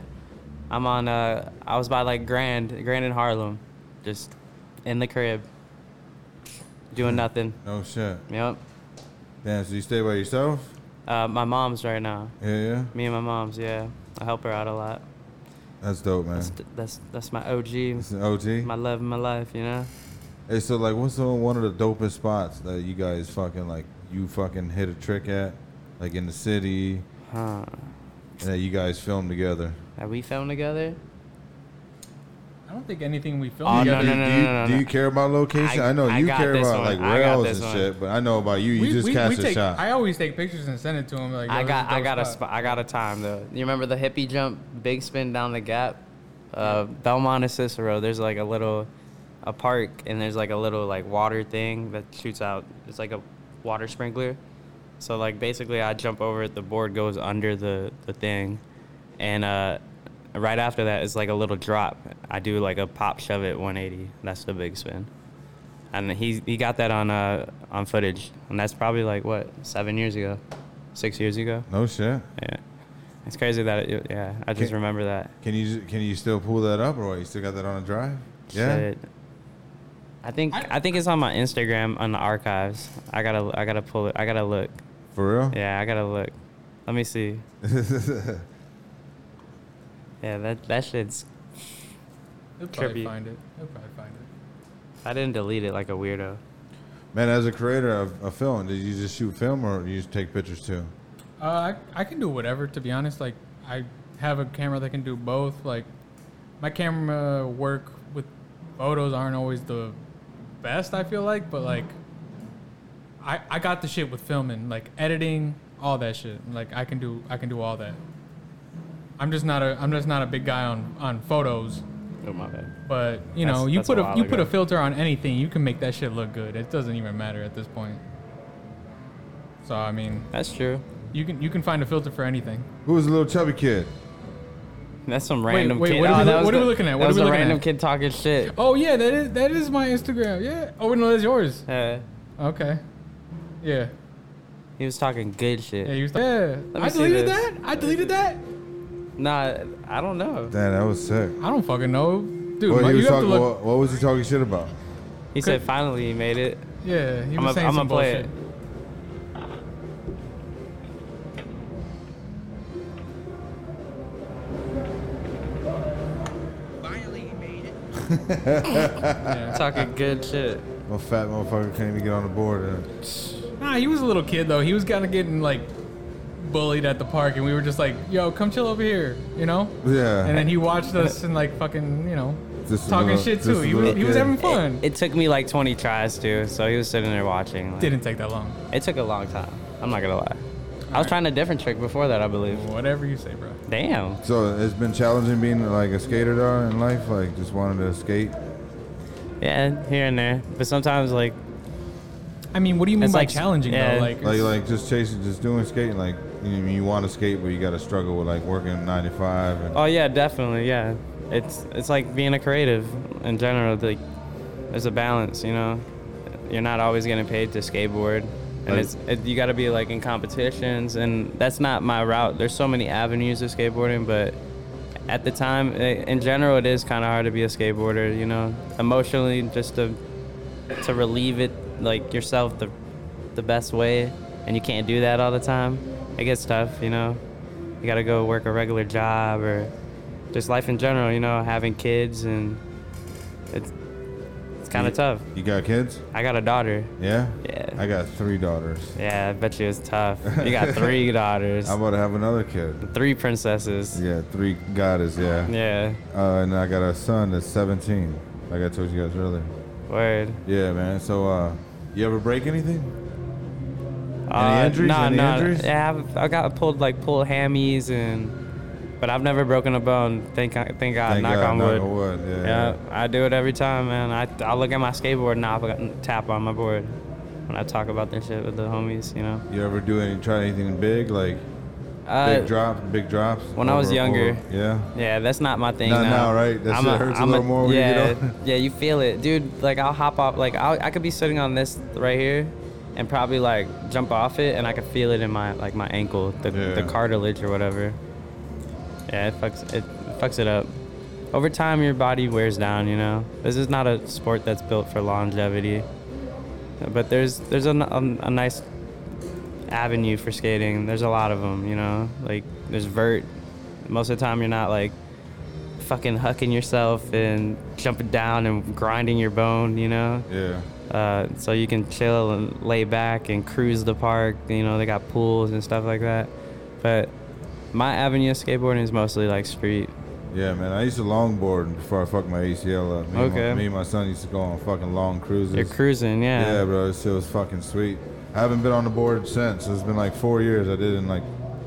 S2: I'm on. Uh, I was by like Grand, Grand in Harlem, just in the crib, doing nothing.
S1: no shit.
S2: Yep.
S1: Damn. So you stay by yourself?
S2: Uh, my mom's right now.
S1: Yeah, yeah.
S2: Me and my mom's. Yeah, I help her out a lot.
S1: That's dope, man.
S2: That's that's that's my OG.
S1: It's an OT.
S2: my love, my life, you know?
S1: Hey, so like, what's the, one of the dopest spots that you guys fucking like? You fucking hit a trick at, like in the city,
S2: Huh.
S1: and that you guys filmed together.
S2: That we filmed together?
S3: I don't think anything we filmed.
S2: Oh, no,
S1: Together,
S2: no, no,
S1: do you,
S2: no, no,
S1: do
S2: no.
S1: you care about location? I,
S2: I-
S1: know
S2: I
S1: you
S2: got
S1: care
S2: this
S1: about
S2: one.
S1: like
S2: I got
S1: rails
S2: this
S1: and
S2: one.
S1: shit, but I know about you. You
S3: We,
S1: just
S3: we,
S1: cast
S3: we
S1: a
S3: take,
S1: shot.
S3: I always take pictures and send it to him. Like, yo,
S2: I
S3: this
S2: got
S3: is
S2: I got a
S3: dope
S2: spot. I got a time though. You remember the hippie jump, big spin down the gap? Uh, Belmont and Cicero. There's like a little a park and there's like a little like water thing that shoots out. It's like a water sprinkler. So like basically I jump over it, the board goes under the, the thing and uh right after that is like a little drop. I do like a pop shove at one eighty. That's the big spin. and he he got that on uh on footage, and that's probably like what seven years ago, six years ago.
S1: no shit.
S2: Yeah, it's crazy that it, yeah. I just
S1: Okay.
S2: remember that.
S1: Can you can you still pull that up, or what? you still got that on a drive? Yeah.
S2: Shit. I think
S3: I-
S2: I, think it's on my Instagram on the archives. I gotta I gotta pull it. I gotta look.
S1: For real?
S2: Yeah, I gotta look. Let me see. Yeah, that that shit's.
S3: He'll probably
S2: Tribute.
S3: find it. He'll probably find it.
S2: I didn't delete it like a weirdo.
S1: Man, as a creator of a film, did you just shoot film or you just take pictures too?
S3: Uh, I, I can do whatever, to be honest. Like, I have a camera that can do both. Like, my camera work with photos aren't always the best, I feel like, but like, I, I got the shit with filming, like editing, all that shit. Like I can do I can do all that. I'm just not a I'm just not a big guy on on photos,
S2: Oh my bad.
S3: but you
S2: That's-
S3: know you
S2: that's a
S3: put a,
S2: while
S3: you put a
S2: ago.
S3: filter on anything, you can make that shit look good. It doesn't even matter at this point. So I mean,
S2: That's true.
S3: you can you can find a filter for anything.
S1: Who was the little chubby kid?
S2: That's some random
S3: wait,
S2: kid.
S3: what are
S2: Oh,
S3: we-
S2: that
S3: what
S2: was
S3: are we
S2: the-
S3: looking at?
S2: That
S3: What are
S2: was
S3: we
S2: a
S3: looking
S2: random
S3: at?
S2: kid talking shit.
S3: Oh yeah, that is that is my Instagram. Yeah. Oh no, that's yours.
S2: Yeah.
S3: Okay. Yeah.
S2: Uh, He was talking good shit.
S3: Yeah. You was yeah.
S2: Let me
S3: I
S2: see
S3: deleted
S2: this.
S3: that. I deleted that.
S2: Nah, I don't know.
S1: Damn, that was sick.
S3: I don't fucking know, dude.
S1: What,
S3: my-
S1: he
S3: you
S1: was
S3: have to
S1: talking,
S3: look.
S1: what, what was he talking shit about?
S2: He said finally he made it.
S3: Yeah. He
S2: I'm
S3: was
S2: a-
S3: saying
S2: I'm a
S3: some
S2: play
S3: bullshit.
S2: it. Talking good shit.
S1: My fat motherfucker can't even get on the board. uh,
S3: Nah, he was a little kid though. He was kind of getting like bullied at the park, and we were just like, "Yo, come chill over here," you know.
S1: Yeah.
S3: And then he watched us and like fucking, you know,
S1: Just a
S3: talking
S1: little-
S3: shit
S1: just
S3: too.
S1: a
S3: He was,
S1: little
S3: he was
S1: kid.
S3: having fun.
S2: It, it took me like 20 tries to, so he was sitting there watching. like-
S3: Didn't take that long.
S2: It took a long time. I'm not gonna lie. I was
S3: Alright.
S2: trying a different trick before that, I believe.
S3: Whatever you say, bro.
S2: Damn.
S1: so it's been challenging being like a skater dog in life, like just wanted to skate.
S2: Yeah, here and there. But sometimes, like,
S3: I mean, what do you mean
S2: It's
S3: by
S2: like-
S3: challenging
S2: yeah.
S3: though? Like,
S1: Like like just chasing, just doing skating. Like you, know, you want to skate, but you got to struggle with like working 95 and
S2: oh yeah, definitely, yeah. It's it's like being a creative in general. Like, there's a balance, you know. you're not always getting paid to skateboard, and
S1: Right.
S2: it's it, you got to be like in competitions, and that's not my route. There's so many avenues of skateboarding, but at the time, i- in general, it is kind of hard to be a skateboarder. You know, emotionally, just to to relieve it like yourself the the best way, and you can't do that all the time. It gets tough, you know. You got to go work a regular job or just life in general. You know, having kids and it's it's kind of tough.
S1: You got kids?
S2: I got a daughter.
S1: Yeah.
S2: Yeah.
S1: I got three daughters.
S2: Yeah, I bet you it's tough. You got three daughters,
S1: I'm about to have another kid.
S2: three princesses.
S1: Yeah, three goddess. Yeah.
S2: Yeah,
S1: Uh, and I got a son that's 17. Like I told you guys earlier.
S2: word.
S1: Yeah, man. So, uh, you ever break anything?
S2: Uh,
S1: injuries?
S2: No,
S1: Any
S2: no.
S1: injuries?
S2: Yeah, I've, I got pulled like pulled hammies and, but I've never broken a bone. Thank thank God. knock
S1: God,
S2: on
S1: uh, knock
S2: wood.
S1: on wood. Yeah.
S2: Yeah, I do it every time, man. I, I look at my skateboard and I forgot- tap on my board when I talk about this shit with the homies, you know.
S1: You ever do any try anything big like
S2: Uh,
S1: big drops, big drops?
S2: when I was younger.
S1: yeah.
S2: Yeah, that's not my thing.
S1: Not
S2: now.
S1: now, right? That shit hurts a little more when you
S2: yeah,
S1: get older.
S2: Yeah, you feel it, dude. Like I'll hop off, like I'll, I could be sitting on this right here, and probably like jump off it, and I could feel it in my like my ankle, the, the
S1: Yeah.
S2: cartilage or whatever. Yeah, it fucks it fucks it up. Over time, your body wears down. You know, this is not a sport that's built for longevity. But there's there's a, n- a- a nice avenue for skating. There's a lot of them, you know. Like there's vert. Most of the time, you're not like fucking hucking yourself and jumping down and grinding your bone, you know.
S1: Yeah.
S2: Uh, so you can chill and lay back and cruise the park. You know, they got pools and stuff like that. But my avenue of skateboarding is mostly like street.
S1: Yeah, man. I used to longboard before I fucked my ACL up. Me And my,
S2: Okay.
S1: me and my son used to go on fucking long cruises.
S2: You're cruising, yeah.
S1: Yeah, bro. It was fucking sweet. I haven't been on the board since. It's been like four years. I did it in like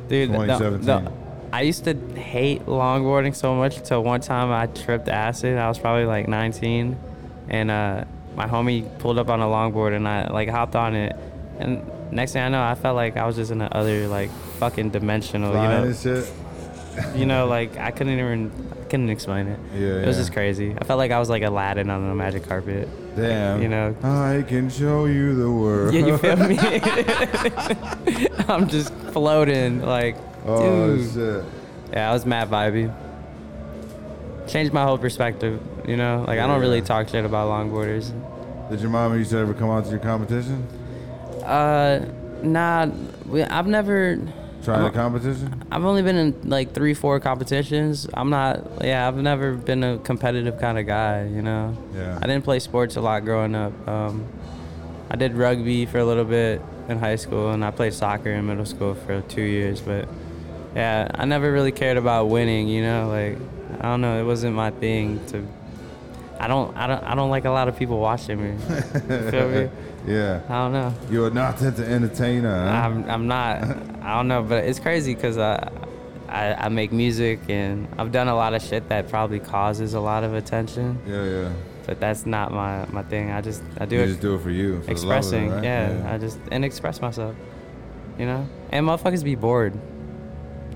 S2: Dude, the- the-
S1: 2017.
S2: I used to hate longboarding so much till one time I tripped acid. I was probably like 19, and uh, my homie pulled up on a longboard and I like hopped on it, and next thing I know, I felt like I was just in another like fucking dimensional,
S1: flying
S2: you
S1: and shit.
S2: know? you know, like I couldn't even, I couldn't explain it.
S1: Yeah,
S2: it was
S1: yeah.
S2: just crazy. I felt like I was like Aladdin on a magic carpet.
S1: Damn.
S2: You know.
S1: I can show you the world.
S2: Yeah, you feel me? I'm just floating, like,
S1: oh
S2: dude.
S1: shit.
S2: Yeah, I was mad vibey. Changed my whole perspective, you know? Like, I don't really
S1: Yeah.
S2: talk shit about longboarders.
S1: Did your mama used to ever come out to your competition?
S2: Uh, nah, we, I've never.
S1: Try the
S2: I'm-
S1: competition?
S2: I've only been in like three, four competitions. I'm not, yeah, I've never been a competitive kind of guy, you know?
S1: Yeah.
S2: I didn't play sports a lot growing up. Um, I did rugby for a little bit in high school, and I played soccer in middle school for two years. But yeah, I never really cared about winning. You know, like I don't know, it wasn't my thing. To I don't, I don't, I don't like a lot of people watching me. You feel me?
S1: Yeah.
S2: I don't know.
S1: You're not the entertainer. Huh?
S2: I'm, I'm not. I don't know, but it's crazy because I, I, I make music and I've done a lot of shit that probably causes a lot of attention.
S1: yeah, yeah.
S2: But that's not my, my thing. I just I do
S1: you
S2: it
S1: just do it for you. For The
S2: expressing.
S1: love of it, right?
S2: yeah, I just and express myself. You know, and motherfuckers be bored.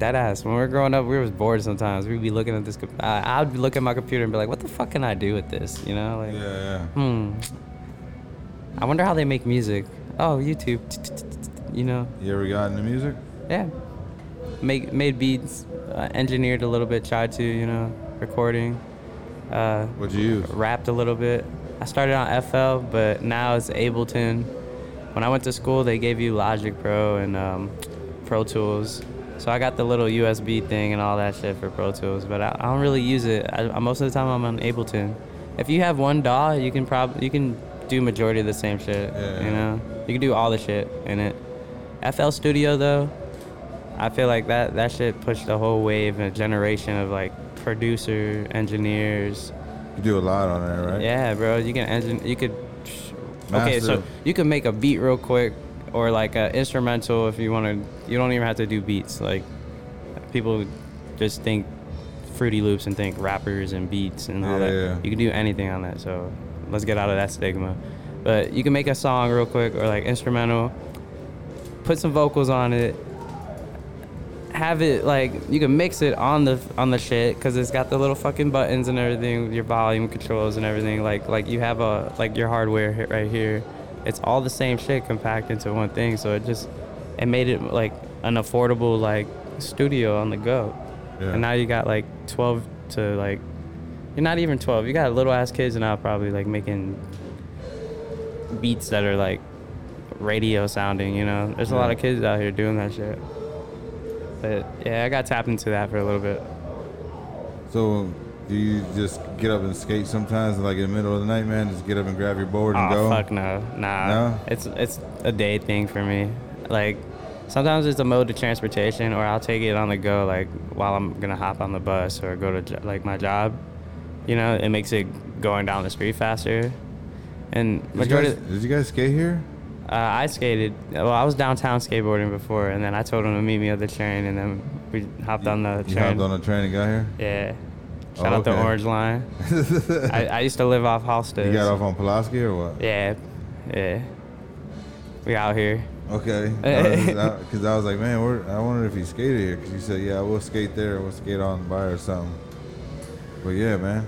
S2: That ass. When we were growing up, we was bored sometimes. We'd be looking at this. com- I I'd look at my computer and be like, "What the fuck can I do with this?" You know, like,
S1: yeah, yeah.
S2: hmm. I wonder how they make music. Oh, YouTube. You know,
S1: You ever got into music?
S2: yeah. Make made beats, uh, engineered a little bit, tried to, you know, recording. Uh,
S1: What'd you use?
S2: rapped a little bit. I started on FL, but now it's Ableton. When I went to school, they gave you Logic Pro and um, Pro Tools. So I got the little USB thing and all that shit for Pro Tools, but I, I don't really use it. I, I- most of the time, I'm on Ableton. If you have one DAW, you can probably you can do majority of the same shit.
S1: Yeah.
S2: You know, you can do all the shit in it. FL Studio though, I feel like that that shit pushed the whole wave and a generation of like producer engineers,
S1: You do a lot on there, right?
S2: yeah, bro. You can engine. You could. Okay, so
S1: Master.
S2: you can make a beat real quick, or like an instrumental if you want to. You don't even have to do beats. Like people just think Fruity Loops and think rappers and beats and all
S1: Yeah,
S2: that.
S1: yeah.
S2: You can do anything on that. So let's get out of that stigma. But you can make a song real quick or like instrumental. Put some vocals on it. Have it like you can mix it on the on the shit because it's got the little fucking buttons and everything, your volume controls and everything. Like like you have a like your hardware hit right here, it's all the same shit compacted into one thing. So it just it made it like an affordable like studio on the go.
S1: Yeah.
S2: And now you got like 12 to like you're not even 12. You got little ass kids now probably like making beats that are like radio sounding, you know. There's a lot of kids out here doing that shit. But yeah, I got tapped into that for a little bit.
S1: So do you just get up and skate sometimes, like in the middle of the night, man? Just get up and grab your board and
S2: oh,
S1: go.
S2: fuck no. Nah.
S1: No?
S2: It's it's a day thing for me. Like sometimes it's a mode of transportation or I'll take it on the go like while I'm going to hop on the bus or go to jo- like my job. You know, it makes it going down the street faster. And
S1: Did you, guys,
S2: majority
S1: did you guys skate here?
S2: uh, I skated. Well, I was downtown skateboarding before, and then I told him to meet me at the train, and then we hopped on the
S1: You
S2: train.
S1: hopped on a train and got here.
S2: yeah.
S1: Oh,
S2: Shout out
S1: okay.
S2: the Orange Line. I, I used to live off Halstead.
S1: You got off on Pulaski or what?
S2: Yeah, yeah. We out here.
S1: Okay. Because I, was like, man, where, I wondered if he skated here. Because you said, yeah, we'll skate there. We'll skate on by or something. But yeah, man.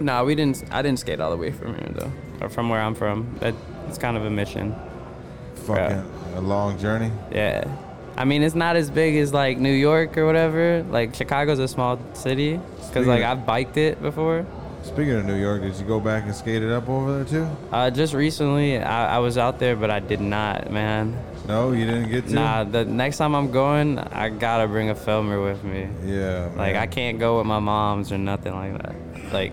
S2: No, we didn't. I didn't skate all the way from here though, or from where I'm from. That it's kind of a mission.
S1: Fucking a long journey.
S2: Yeah. I mean, it's not as big as like New York or whatever. Like Chicago's a small city, cause like
S1: Yeah.
S2: I've biked it before.
S1: Speaking of New York, did you go back and skate it up over there too?
S2: Uh, just recently, I, I was out there, but I did not, man.
S1: No, you didn't get to?
S2: Nah, the next time I'm going, I gotta bring a filmer with me.
S1: Yeah. Man.
S2: Like, I can't go with my mom's or nothing like that. Like,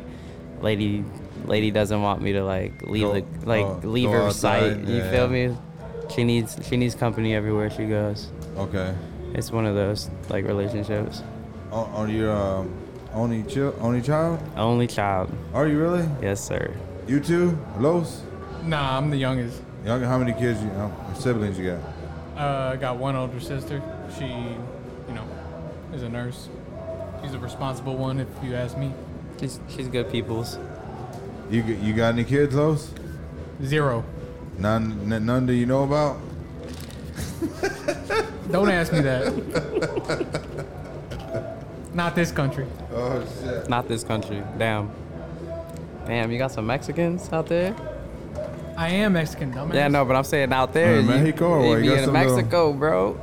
S2: lady, lady doesn't want me to like leave
S1: Go-
S2: the like
S1: go-
S2: leave
S1: go
S2: her
S1: outside,
S2: sight. You
S1: yeah.
S2: feel me? She needs she needs company everywhere she goes.
S1: Okay.
S2: It's one of those like relationships.
S1: On, on your um, only, chil- only child?
S2: Only child,
S1: Are you really?
S2: yes sir.
S1: You too? Los?
S3: Nah, I'm the youngest.
S1: Young, how many kids you how many siblings you got?
S3: Uh, I got one older sister. She, you know, is a nurse. She's a responsible one, if you ask me.
S2: She's she's good people's.
S1: You g- you got any kids, Los?
S3: Zero.
S1: None n- none do you know about?
S3: Don't ask me that. Not this country.
S1: Oh shit.
S2: Not this country. Damn. Damn, you got some Mexicans out there?
S3: I am Mexican, dumbass.
S2: Yeah, no, but I'm saying out there.
S1: Uh, Mexico or what?
S2: you,
S1: You
S2: you be
S1: got
S2: in
S1: some
S2: Mexico, bro.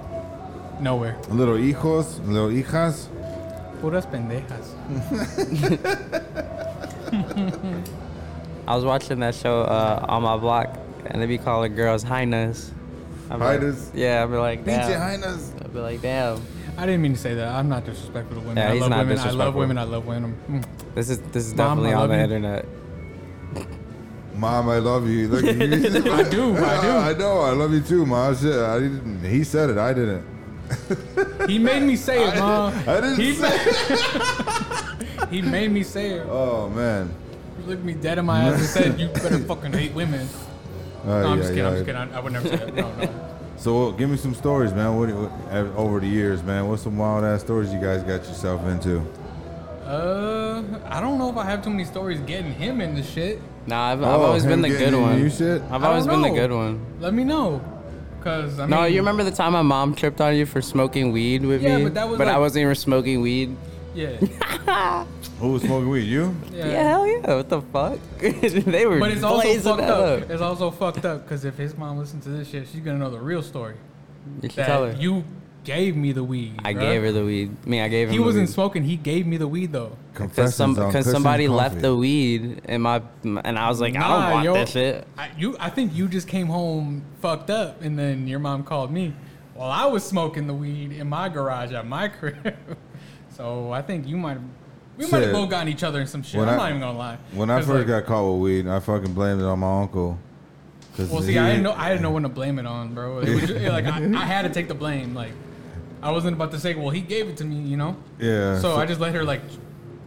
S3: Nowhere.
S1: Little hijos, little hijas.
S3: Puras pendejas.
S2: I was watching that show uh, on my block, and they be calling girls hyenas. I'm like-
S1: Hyenas?
S2: yeah, I'd be like,
S1: Pinche
S2: damn.
S1: hyenas.
S2: I'd be like, damn.
S3: I didn't mean to say that. I'm not disrespectful to women.
S2: Yeah,
S3: I
S2: he's
S3: love
S2: not
S3: women. I love
S2: disrespectful.
S3: women. I love women. Mm.
S2: This is this is
S3: Mom,
S2: definitely
S3: I
S2: on the
S3: love you.
S2: internet.
S1: Mom, I love you. Look at you.
S3: I do, I do.
S1: I know. I love you too, mom. Shit, I didn't. He said it. I didn't.
S3: He made me say it, ma.
S1: I didn't
S3: He,
S1: say. it.
S3: he made me say it.
S1: Oh man.
S3: He looked me dead in my eyes and said, "You better fucking hate women."
S1: Ay,
S3: No, I'm just
S1: ay,
S3: kidding. I'm
S1: ay.
S3: just kidding. I, I would never say that. No, no.
S1: So well, give me some stories, man. What, do you- what eh, over the years, man? What's some wild ass stories you guys got yourself into?
S3: Uh, I don't know if I have too many stories getting him into shit.
S2: Nah, I've, I've
S1: Oh,
S2: always
S1: him
S2: been the
S1: getting
S2: good
S1: into
S2: one.
S1: You shit.
S2: I've
S3: I
S2: always
S3: don't
S2: been the
S3: know.
S2: good one.
S3: Let me know, cause I mean,
S2: No, you remember the time my mom tripped on you for smoking weed with
S3: Yeah,
S2: me?
S3: but that was
S2: I
S3: like-
S2: wasn't even smoking weed.
S3: Yeah,
S1: Who was smoking weed? You?
S3: yeah.
S2: Yeah, hell yeah. What the fuck? they were
S3: But it's also
S2: blazing
S3: fucked
S2: that
S3: up.
S2: up.
S3: It's also fucked up, cause if his mom listens to this shit, she's gonna know the real story.
S2: You should
S3: That
S2: tell her.
S3: you gave me the weed.
S2: I
S3: bruh.
S2: gave her the weed. Me, I gave him.
S3: He
S2: the
S3: wasn't
S2: weed.
S3: smoking. He gave me the weed though.
S2: Cause,
S1: Confessions
S2: some,
S1: on
S2: cause
S1: Cushion
S2: somebody left
S1: Coffee.
S2: the weed in my, and I was like, I
S3: Nah,
S2: don't want
S3: yo.
S2: that shit.
S3: I, you, I think you just came home fucked up, and then your mom called me while I was smoking the weed in my garage at my crib. so I think you might have, we might
S1: Shit.
S3: have both gotten each other in some shit.
S1: When
S3: I'm
S1: I-
S3: not even gonna lie.
S1: When I
S3: 'Cause,
S1: first
S3: like,
S1: got caught with weed, I fucking blamed it on my uncle. 'Cause
S3: well, see,
S1: he-
S3: I didn't know, I didn't know when to blame it on, bro. It was just, like I, I had to take the blame. Like I wasn't about to say, well, he gave it to me, you know.
S1: Yeah.
S3: So I just let her like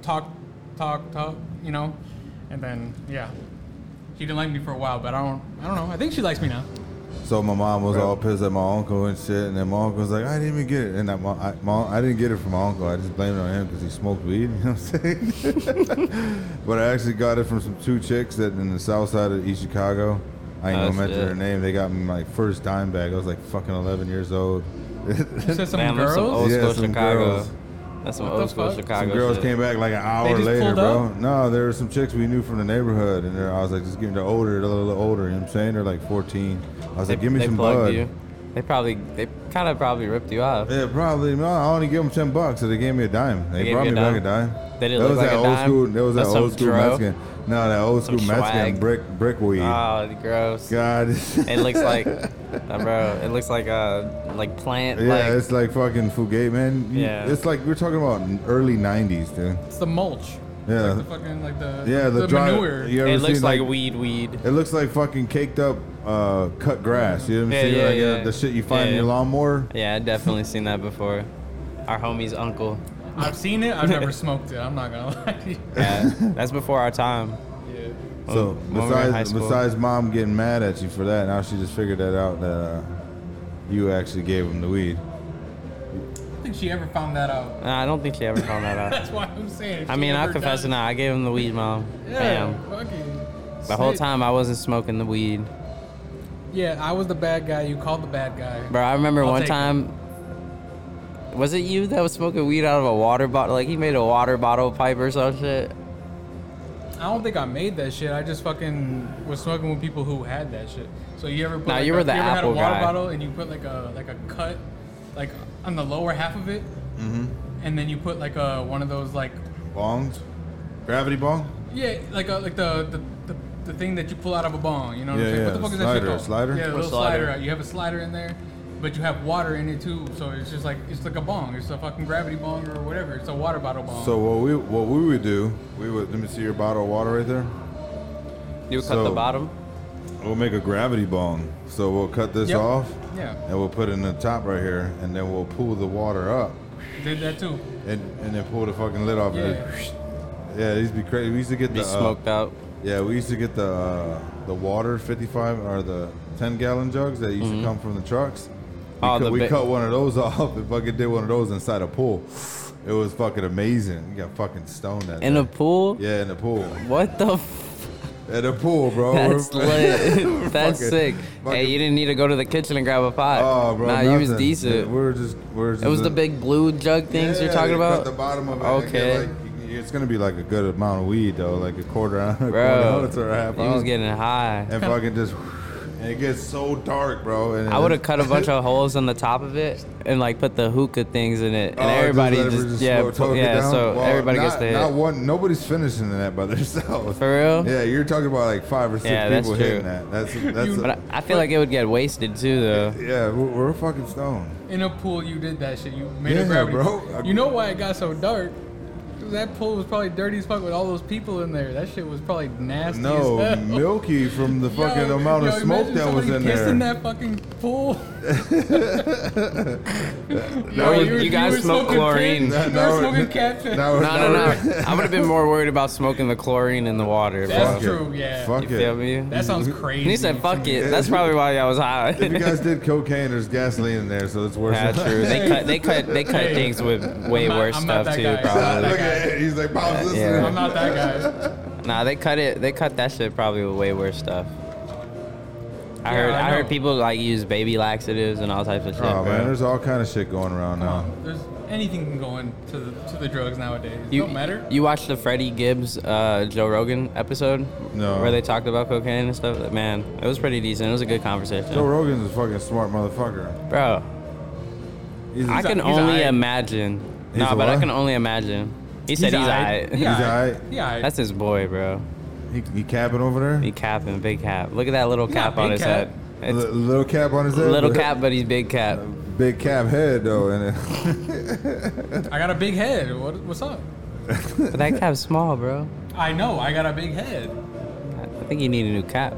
S3: talk, talk, talk, you know, and then yeah, she didn't like me for a while, but I don't, I don't know. I think she likes me now.
S1: So my mom was all pissed at my uncle and shit, and then my uncle was like, "I didn't even get it," and I, my, I, my, I didn't get it from my uncle. I just blamed it on him because he smoked weed. You know what I'm saying? but I actually got it from some two chicks that in the south side of East Chicago. I ain't
S2: Oh,
S1: gonna mention
S2: shit.
S1: their name. They got me my first dime bag. I was like fucking 11 years old.
S3: You said some
S2: Damn, that's some old-
S3: girls.
S2: school Chicago. That's some
S3: What the
S2: old school
S3: fuck?
S2: Chicago.
S1: Some girls
S2: shit.
S1: came back like an hour
S3: just
S1: later,
S3: pulled
S1: bro. No, there were some chicks we knew from the neighborhood, and they're- I was like, just getting they're older, they're a little older. You know what I'm saying? They're like 14. I was
S2: They,
S1: like, give me
S2: they
S1: some
S2: plugged
S1: bud.
S2: you. They probably they kind of probably ripped you off.
S1: Yeah, probably. No, I only give them ten bucks, so they gave me a dime. They,
S2: They gave
S1: brought
S2: you
S1: me
S2: a
S1: back a
S2: dime?
S1: dime.
S2: They didn't
S1: that
S2: look
S1: was
S2: like
S1: that
S2: a
S1: old
S2: dime?
S1: school. That was that
S2: That's some
S1: old school
S2: dro?
S1: Mexican. No, that old school
S2: Some
S1: Mexican
S2: swag.
S1: brick brick weed.
S2: Oh, gross.
S1: God.
S2: It looks like, uh, bro. It looks like uh like plant.
S1: Yeah,
S2: like,
S1: it's like fucking Fugate, man. You-
S2: Yeah.
S1: It's like we're talking about early '90s, dude.
S3: It's the mulch.
S1: Yeah.
S3: Like the fucking like the
S1: Yeah, the, dry.
S3: manure.
S1: You ever
S2: it looks
S1: seen,
S2: like, weed, weed.
S1: It looks like fucking caked up uh, cut grass. You know what I'm
S2: Yeah,
S1: saying?
S2: yeah,
S1: like uh,
S2: yeah.
S1: the shit you find in
S2: Yeah.
S1: your lawnmower.
S2: Yeah, I definitely seen that before. Our homie's uncle.
S3: I've seen it. I've never smoked it. I'm not gonna lie. To you.
S2: Yeah, that's before our time.
S3: Yeah.
S1: So
S2: When we were in high
S1: besides
S2: school.
S1: besides mom getting mad at you for that, now she just figured that out that uh, you actually gave him the weed.
S3: I don't think she ever found that out.
S2: Nah, I don't think she ever found that out.
S3: That's why I'm saying. if
S2: I
S3: she
S2: mean, I'll
S3: ever
S2: confess it
S3: done-
S2: now. I gave him the weed, mom.
S3: Yeah.
S2: Bam.
S3: Fucking.
S2: The whole
S3: sick.
S2: time I wasn't smoking the weed.
S3: Yeah, I was the bad guy. You called the bad guy.
S2: Bro, I remember
S3: I'll
S2: one
S3: take it.
S2: time. Was it you that was smoking weed out of a water bottle? Like he made a water bottle pipe or some shit.
S3: I don't think I made that shit. I just fucking was smoking with people who had that shit. So you ever put
S2: Nah,
S3: like
S2: you
S3: a,
S2: were the
S3: you ever
S2: apple
S3: had a water
S2: guy.
S3: bottle and you put like a like a cut like on the lower half of it,
S1: Mm-hmm.
S3: and then you put like a one of those like
S1: Bongs, gravity bong.
S3: yeah like a like the the, the, the thing that you pull out of a bong. You know what
S1: Yeah,
S3: I'm saying?
S1: yeah,
S3: what the fuck is
S1: slider,
S3: that shit called?
S1: slider?
S3: Yeah, a
S1: Or
S3: little
S2: slider.
S3: slider. You have a slider in there, but you have water in it too. So it's just like it's like a bong. It's a fucking gravity bong or whatever. It's a water bottle bong.
S1: So what we what we would do, we would let me see your bottle of water right there.
S2: You would cut the
S1: So-
S2: bottom.
S1: We'll make a gravity bong. So we'll cut this
S3: Yep.
S1: off
S3: yeah,
S1: and we'll put it in the top right here, and then we'll pull the water up
S3: did that too.
S1: and and then pull the fucking lid off. and- yeah,
S3: Yeah.
S1: it used to be crazy. We used to get
S2: Be
S1: the uh,
S2: smoked out.
S1: Yeah, we used to get the uh, the water 55 or the 10 gallon jugs that used to come from the trucks. We,
S2: Oh,
S1: cut,
S2: Mm-hmm. the
S1: we
S2: big-
S1: cut one of those off and fucking did one of those inside a pool. It was fucking amazing. We got fucking stoned that
S2: In
S1: day.
S2: a pool?
S1: yeah, in the pool.
S2: What the f-
S1: In the pool, bro.
S2: That's
S1: We're-
S2: lit. That's
S1: fucking-
S2: sick.
S1: fucking-
S2: hey, you didn't need to go to the kitchen and grab a pot.
S1: Oh, bro.
S2: Nah,
S1: nothing.
S2: you was decent.
S1: We were just, we were just
S2: it was the big blue jug things
S1: Yeah,
S2: you're talking
S1: you
S2: about?
S1: Cut the bottom of it. and get,
S2: Okay.
S1: like- it's gonna be like a good amount of weed though, like a quarter ounce, a quarter
S2: Bro,
S1: ounce or a half
S2: he
S1: ounce.
S2: was getting high.
S1: and fucking just, and it gets so dark, bro. And
S2: I
S1: it's-
S2: would have cut a bunch of holes on the top of it and like put the hookah things in it, and
S1: Oh, just
S2: everybody
S1: let
S2: just,
S1: everybody
S2: yeah
S1: slow
S2: pu-
S1: talk it
S2: yeah.
S1: down?
S2: So
S1: Well,
S2: everybody
S1: not,
S2: gets the hit.
S1: Not one. Nobody's finishing that by themselves.
S2: For real?
S1: Yeah, you're talking about like five or six
S2: Yeah, that's
S1: people hitting
S2: true.
S1: that. That's that's.
S2: but I, I feel like it would get wasted too, though.
S1: yeah, we're, we're fucking stoned.
S3: In a pool, you did that shit. You made
S1: Yeah,
S3: a gravity.
S1: bro.
S3: Bro. You know why it got so dark? 'Cause That pool was probably dirty as fuck with all those people in there. That shit was probably nasty.
S1: No,
S3: as hell.
S1: Milky from the
S3: Yo,
S1: fucking amount of
S3: yo,
S1: smoke
S3: imagine
S1: that was
S3: somebody
S1: in
S3: pissed
S1: there.
S3: In that fucking pool.
S2: No,
S3: Yo,
S2: you- you guys
S3: were
S2: smoked
S3: smoking
S2: chlorine.
S3: pit-
S1: No,
S3: you
S1: no,
S3: were smoking
S1: no,
S3: cat piss.
S1: Oh, no,
S2: No, no, no. I would have been more worried about smoking the chlorine in the water. Bro.
S3: That's
S1: Fuck it.
S3: true, yeah.
S1: Fuck
S2: You
S1: it.
S2: feel me?
S3: That sounds crazy.
S2: And he said,
S3: to
S2: "Fuck
S3: me.
S2: it." That's probably why I was high.
S1: If you guys did cocaine, there's gasoline in there, so it's worse.
S2: yeah,
S1: than-
S2: true. They cut, they cut, they cut
S3: Hey.
S2: things with way
S3: I'm not-
S2: worse
S3: I'm not
S2: stuff
S3: that
S2: too.
S3: guy.
S2: Probably.
S1: Look at it. He's like, Bob's listening.
S2: yeah.
S3: I'm not that guy.
S2: Nah, they cut it. They cut that shit probably with way worse stuff. I
S3: Yeah,
S2: heard.
S3: I
S2: I, heard
S3: know.
S2: people like use baby laxatives and all types of shit.
S1: Oh man,
S2: bro.
S1: there's all kind of shit going around now.
S3: There's anything can go into the to the drugs nowadays. It
S2: You
S3: don't matter.
S2: You watched the Freddie Gibbs uh, Joe Rogan episode?
S1: No.
S2: Where they talked about cocaine and stuff. Man, it was pretty decent. It was a good conversation.
S1: Joe Rogan's a fucking smart motherfucker.
S2: Bro,
S1: He's,
S2: I
S1: he's
S2: can
S3: a- he's
S2: only
S3: aight.
S2: imagine.
S1: He's
S2: nah,
S1: a
S2: but I
S1: what?
S2: can only imagine. He said he's
S3: aight.
S2: alright.
S1: Yeah.
S3: Yeah,
S1: aight.
S3: yeah. aight.
S2: That's his boy, bro.
S1: he, he capping over there.
S2: He capping, big cap. Look at that little
S3: not
S2: cap on
S3: big
S2: his
S3: cap.
S2: head. It's
S1: Li- little cap on his head.
S2: little
S1: but-
S2: cap, but he's big cap.
S1: Big cap head though, and
S3: I got a big head. What, what's up?
S2: But that cap's small, bro.
S3: I know. I got a big head.
S2: I I think you need a new cap.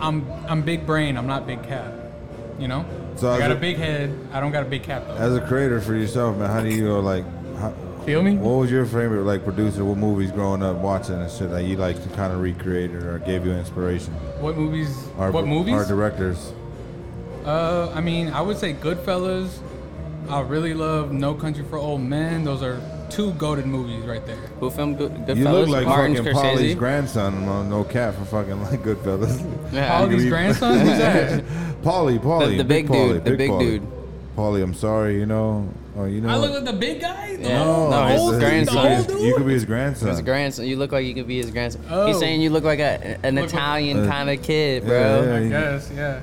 S3: I'm I'm big brain. I'm not big cap. You know.
S1: So
S3: I
S1: as
S3: got
S1: a-
S3: a big head. I don't got a big cap though.
S1: as a creator for yourself, man, how do you uh, like? How,
S3: Feel me?
S1: what was your favorite like producer? What movies growing up watching and shit that you like to kind of recreate it or gave you inspiration?
S3: What movies?
S1: Or,
S3: what
S1: Or
S3: movies?
S1: directors?
S3: Uh, I mean, I would say Goodfellas. I really love No Country for Old Men. Those are two goaded movies right there.
S2: Who filmed Good, Goodfellas?
S1: You look like
S2: Martin
S1: fucking
S2: Scorsese.
S1: Polly's grandson. No, no cap for fucking like Goodfellas.
S2: Yeah.
S3: All
S1: Polly's
S3: these
S1: be-
S3: grandsons. Who's that?
S1: Polly, Polly,
S2: the big dude, the big dude.
S1: Polly, I'm sorry, you know, Oh, you know.
S4: I
S1: what?
S4: look like the big guy. The
S2: Yeah.
S1: no,
S5: No,
S1: I
S5: his
S1: said you could be
S5: grandson.
S1: his- You could be his grandson.
S2: His grandson. You look like you could be his grandson. He's
S3: Oh.
S2: saying you look like a, an
S3: Look like-
S2: Italian
S1: Uh,
S2: kind of kid,
S1: Yeah,
S2: bro.
S1: yeah,
S3: I
S1: you-
S3: guess, yeah.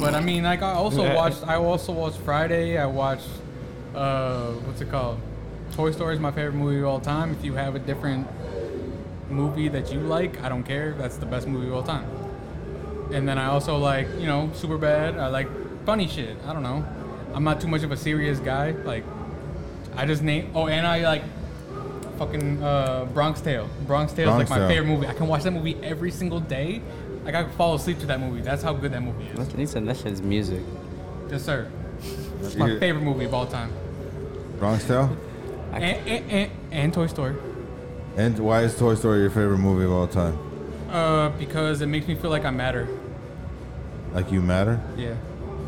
S3: But I mean, like I also watched. I also watched Friday. I watched. Uh, what's it called? Toy Story is my favorite movie of all time. If you have a different movie that you like, I don't care. That's the best movie of all time. And then I also like, you know, Super Bad. I like funny shit. I don't know. I'm not too much of a serious guy. Like, I just name. Oh, and I like fucking uh, Bronx Tale. Bronx Tale is like
S1: Bronx
S3: my
S1: Tale.
S3: favorite movie. I can watch that movie every single day. Like I could fall asleep to that movie. That's how good that movie is.
S2: He said that shit's music.
S3: Yes, sir. It's
S1: You
S3: my
S1: hear-
S3: favorite movie of all time.
S1: Bronx Tale.
S2: I-
S3: And, and, and, and Toy Story.
S1: And why is Toy Story your favorite movie of all time?
S3: Uh, because it makes me feel like I matter.
S1: Like you matter?
S3: Yeah.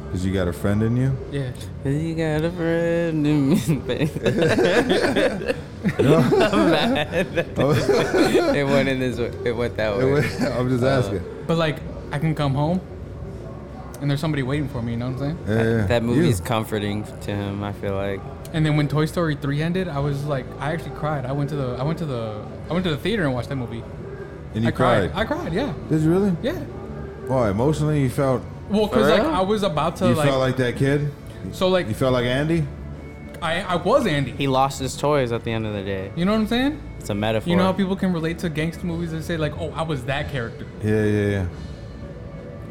S1: Because you got a friend in you?
S3: Yeah.
S2: You got a friend in me. I'm mad. it went in this way. It went that way.
S1: I'm
S2: Uh,
S1: just asking.
S3: But like, I can come home, and there's somebody waiting for me. You know what I'm saying?
S1: Yeah, yeah.
S2: That movie's
S1: You.
S2: comforting to him. I feel like.
S3: And then when Toy Story 3 ended, I was like, I actually cried. I went to the, I went to the, I went to the theater and watched that movie.
S1: And you
S3: I
S1: cried.
S3: cried. I cried. Yeah.
S1: Did you really?
S3: Yeah.
S1: Why? Emotionally, you felt.
S3: Well, cause like
S2: real?
S3: I was about to
S1: You
S3: like,
S1: felt like that kid.
S3: so like
S1: You felt like Andy.
S3: I, I was Andy.
S2: He lost his toys at the end of the day.
S3: You know what I'm saying?
S2: It's a metaphor.
S3: You know how people can relate to gangster movies and say like, oh, I was that character.
S1: Yeah, yeah, yeah.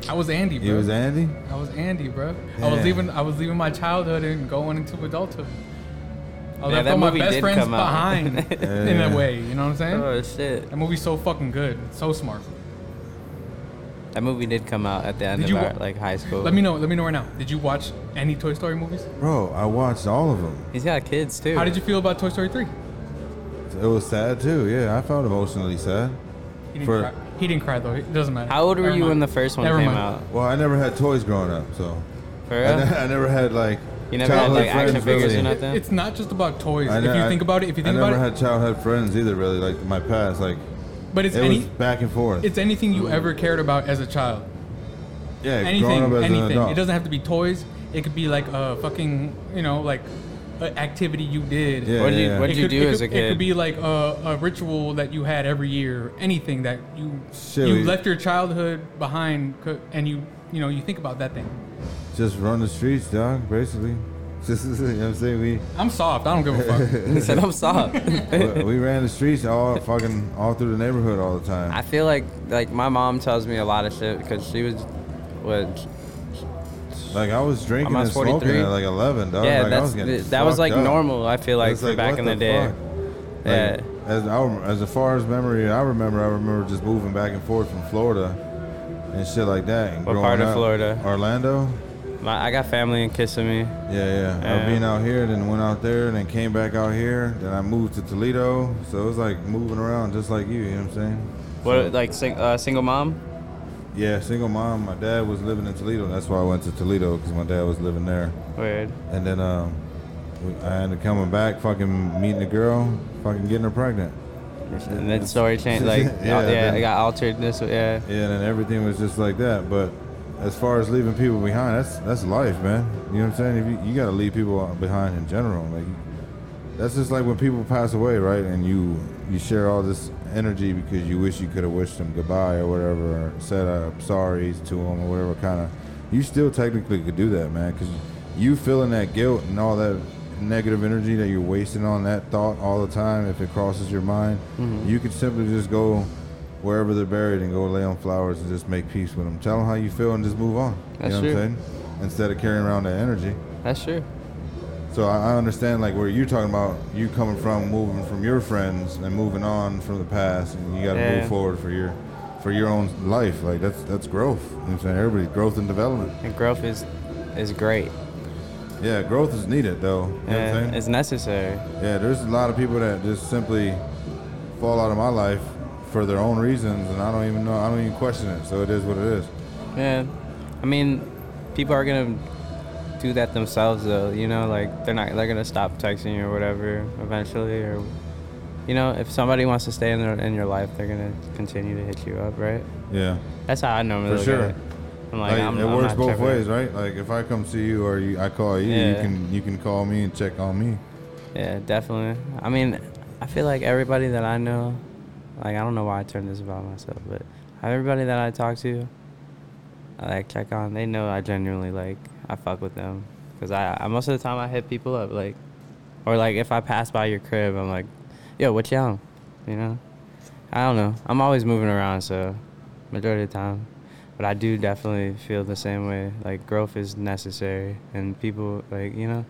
S3: I was Andy, bro.
S1: You was Andy.
S3: I was Andy, bro. I was
S1: Yeah.
S3: leaving. I was leaving my childhood and going into adulthood. I
S2: Yeah,
S3: left
S2: that
S3: all my
S2: movie
S3: best
S2: did
S3: friends
S2: come out.
S3: behind in a
S1: Yeah.
S3: way. You know what I'm saying?
S2: Oh shit!
S3: That movie's so fucking good. So smart.
S2: That movie did come out at the end
S3: Did
S2: of
S3: you
S2: our,
S3: wa-
S2: like high school.
S3: Let me know. Let me know right now. Did you watch any Toy Story movies?
S1: Bro, I watched all of them.
S2: He's got kids too.
S3: How did you feel about Toy Story 3? He
S1: It was sad too. Yeah, I felt emotionally sad.
S3: didn't
S1: For-
S3: cry. He didn't cry though. It doesn't matter.
S2: How old were
S3: Never
S2: you when
S3: mind.
S2: the first one
S3: Never
S2: came
S3: mind.
S2: out?
S1: Well, I never had toys growing up, so
S2: For
S1: I, ne-
S2: real?
S1: I never had like.
S2: You never had,
S1: childhood
S2: like, action
S1: friends,
S2: figures
S1: really.
S2: or nothing?
S3: It- It's not just about toys.
S1: I
S3: if
S1: ne-
S3: you
S1: I-
S3: think about it, if you think
S1: I
S3: about
S1: never
S3: it,
S1: had childhood friends either, really. Like my past, like
S3: but it's
S1: it
S3: any,
S1: was back and forth.
S3: it's anything you ever cared about as a child.
S1: yeah, growing
S3: anything,
S1: up as an
S3: anything.
S1: adult.
S3: It doesn't have to be toys. It could be like a fucking, you know, like an activity you did.
S1: Yeah,
S2: What did you-
S1: yeah.
S2: what
S3: It
S2: did you
S3: could-
S2: do
S3: it
S2: as
S3: could-
S2: a kid?
S3: It could be like a, a ritual that you had every year. Anything that you
S1: Shit,
S3: you
S1: we-
S3: left your childhood behind, co- and you you know you think about that thing.
S1: Just run the streets, dog. Basically, just you know what I'm saying we
S3: I'm soft. I don't give a fuck.
S2: he said, "I'm soft."
S1: we ran the streets all fucking all through the neighborhood all the time.
S2: I feel like like my mom tells me a lot of shit because she was, was
S1: like I was drinking
S2: I'm
S1: and
S2: at
S1: smoking
S2: 43.
S1: at like 11, dog.
S2: yeah,
S1: like, I
S2: that's
S1: was getting
S2: th- that was
S1: fucked
S2: like
S1: up.
S2: normal. I feel like
S1: It's
S2: for back
S1: what
S2: in the,
S1: the
S2: day.
S1: fuck?
S2: Yeah,
S1: Like, as I, as far as memory I remember, I remember just moving back and forth from Florida and shit like that. And
S5: What
S1: growing
S5: part of
S1: up.
S5: Florida?
S1: Orlando.
S5: My, I got family in Kissimmee.
S1: Yeah, yeah.
S5: Yeah.
S1: I being out here, then went out there, then came back out here. Then I moved to Toledo. So it was like moving around just like you. You know what I'm saying?
S2: what like sing, uh, single mom?
S1: Yeah, single mom. My dad was living in Toledo. That's why I went to Toledo because my dad was living there.
S5: Weird.
S1: And then um, we- I ended up coming back, fucking meeting a girl, fucking getting her pregnant.
S2: And then story changed. Like
S1: Yeah,
S2: yeah, yeah
S1: then-
S2: it got altered this. way, Yeah,
S1: Yeah, and then everything was just like that. But as far as leaving people behind, that's that's life, man. You know what I'm saying? If you, you got to leave people behind in general. Like that's just like when people pass away, right? And you you share all this energy because you wish you could have wished them goodbye or whatever, or said uh, sorries to them or whatever kind of. You still technically could do that, man, because you feeling that guilt and all that negative energy that you're wasting on that thought all the time. If it crosses your mind,
S2: Mm-hmm.
S1: you could simply just go wherever they're buried and go lay on flowers and just make peace with them. Tell them how you feel and just move on.
S2: That's
S1: you know
S2: true.
S1: what I'm saying? Instead of carrying around that energy.
S2: that's true.
S1: So I, I understand like where you're talking about you coming from, moving from your friends and moving on from the past, and you got to
S5: Yeah.
S1: move forward for your for your own life. Like that's that's growth. You know what I'm saying everybody's growth and development.
S5: And growth is
S2: It's great.
S1: Yeah, growth is needed though. You know what I'm
S5: yeah,
S1: saying?
S5: it's necessary.
S1: Yeah, there's a lot of people that just simply fall out of my life for their own reasons, and I don't even know. I don't even question it. So it is what it is.
S2: Yeah, I mean, people are gonna do that themselves though. You know, like they're not they're gonna stop texting you or whatever eventually, or you know, if somebody wants to stay in their in your life, they're gonna continue to hit you up, right?
S1: Yeah,
S2: That's how I normally
S1: for
S2: look
S1: sure.
S2: at it. I'm like,
S1: Like,
S2: I'm,
S1: it
S2: I'm
S1: works
S2: not
S1: both
S2: tripping.
S1: ways, right? Like if I come see you or you, I call you, you
S2: Yeah.
S1: can you can call me and check on me.
S2: Yeah, definitely. I mean, I feel like everybody that I know, like I don't know why I turned this about myself, but everybody that I talk to, I like check on, they know I genuinely like I fuck with them, cause I, I most of the time I hit people up like, or like if I pass by your crib, I'm like, yo, what you on? You know, I don't know. I'm always moving around, so majority of the time. But I do definitely feel the same way. Like growth is necessary, and people like you know,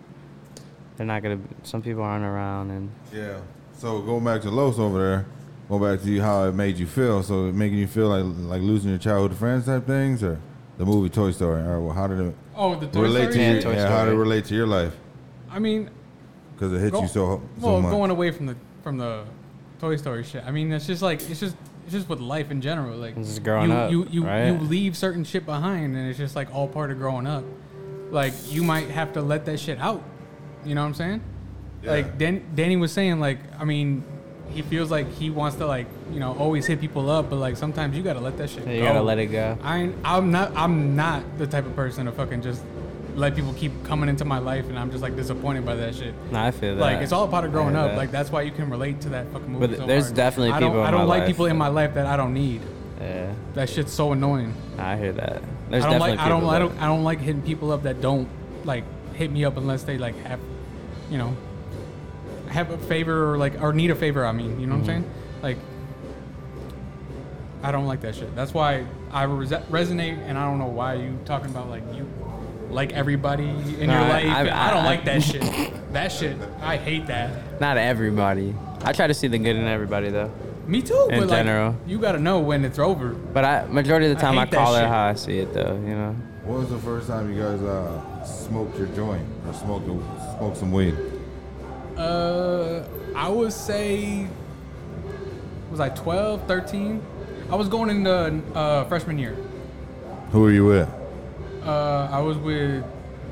S2: they're not gonna. Some people aren't around, and
S1: Yeah. So going back to Los over there, going back to you, how it made you feel. So it making you feel like like losing your childhood friends type things, or the movie Toy Story, or well, how did it
S3: Oh, the Toy
S1: relate
S3: Story?
S1: to your,
S2: Yeah, Toy
S1: yeah, how did it
S2: Story.
S1: relate to your life?
S3: I mean,
S1: Because it hit
S3: Go-
S1: you so so
S3: well,
S1: much.
S3: going away from the from the Toy Story shit. I mean, it's just like it's just it's just with life in general. Like
S2: It's just growing
S3: you,
S2: up,
S3: you you
S2: right?
S3: you leave certain shit behind, and it's just like all part of growing up. Like you might have to let that shit out. You know what I'm saying? Like Dan, Danny was saying, like I mean, he feels like he wants to like you know always hit people up, but like sometimes you gotta let that shit.
S2: you
S3: go.
S2: gotta let it go.
S3: I ain't, I'm not I'm not the type of person to fucking just let people keep coming into my life, and I'm just like disappointed by that shit.
S2: No, I feel that.
S3: Like it's all part of growing
S2: Yeah,
S3: up.
S2: that-
S3: Like that's why you can relate to that fucking movie.
S2: But
S3: so
S2: there's
S3: hard.
S2: definitely
S3: I don't,
S2: people
S3: I
S2: in
S3: don't
S2: my
S3: like
S2: life
S3: people in
S2: that-
S3: my life that I don't need.
S2: Yeah,
S3: That shit's so annoying.
S2: I hear that. There's
S3: I
S2: definitely
S3: don't like I
S2: people.
S3: don't I
S2: that-
S3: don't I don't like hitting people up that don't like hit me up unless they like have, you know, have a favor or like or need a favor. I mean, you
S2: Mm-hmm.
S3: know what I'm saying? Like, I don't like that shit. That's why I res- resonate, and I don't know why you talking about like you like everybody in
S2: No,
S3: your
S2: I-
S3: life. I,
S2: I-
S3: don't
S2: I-
S3: like that shit. That shit, I hate that.
S2: Not everybody. I try to see the good in everybody though.
S3: Me too.
S2: In
S3: but
S2: general.
S3: like, you gotta know when it's over.
S2: But I majority of the
S3: I
S2: time I,
S3: hate that
S2: call it
S3: shit.
S2: how I see it though. You know.
S1: When was the first time you guys uh, smoked your joint or smoked a, smoked some weed?
S3: Uh, I would say was I 12, 13? I was going into uh, freshman year.
S1: Who were you with?
S3: Uh, I was with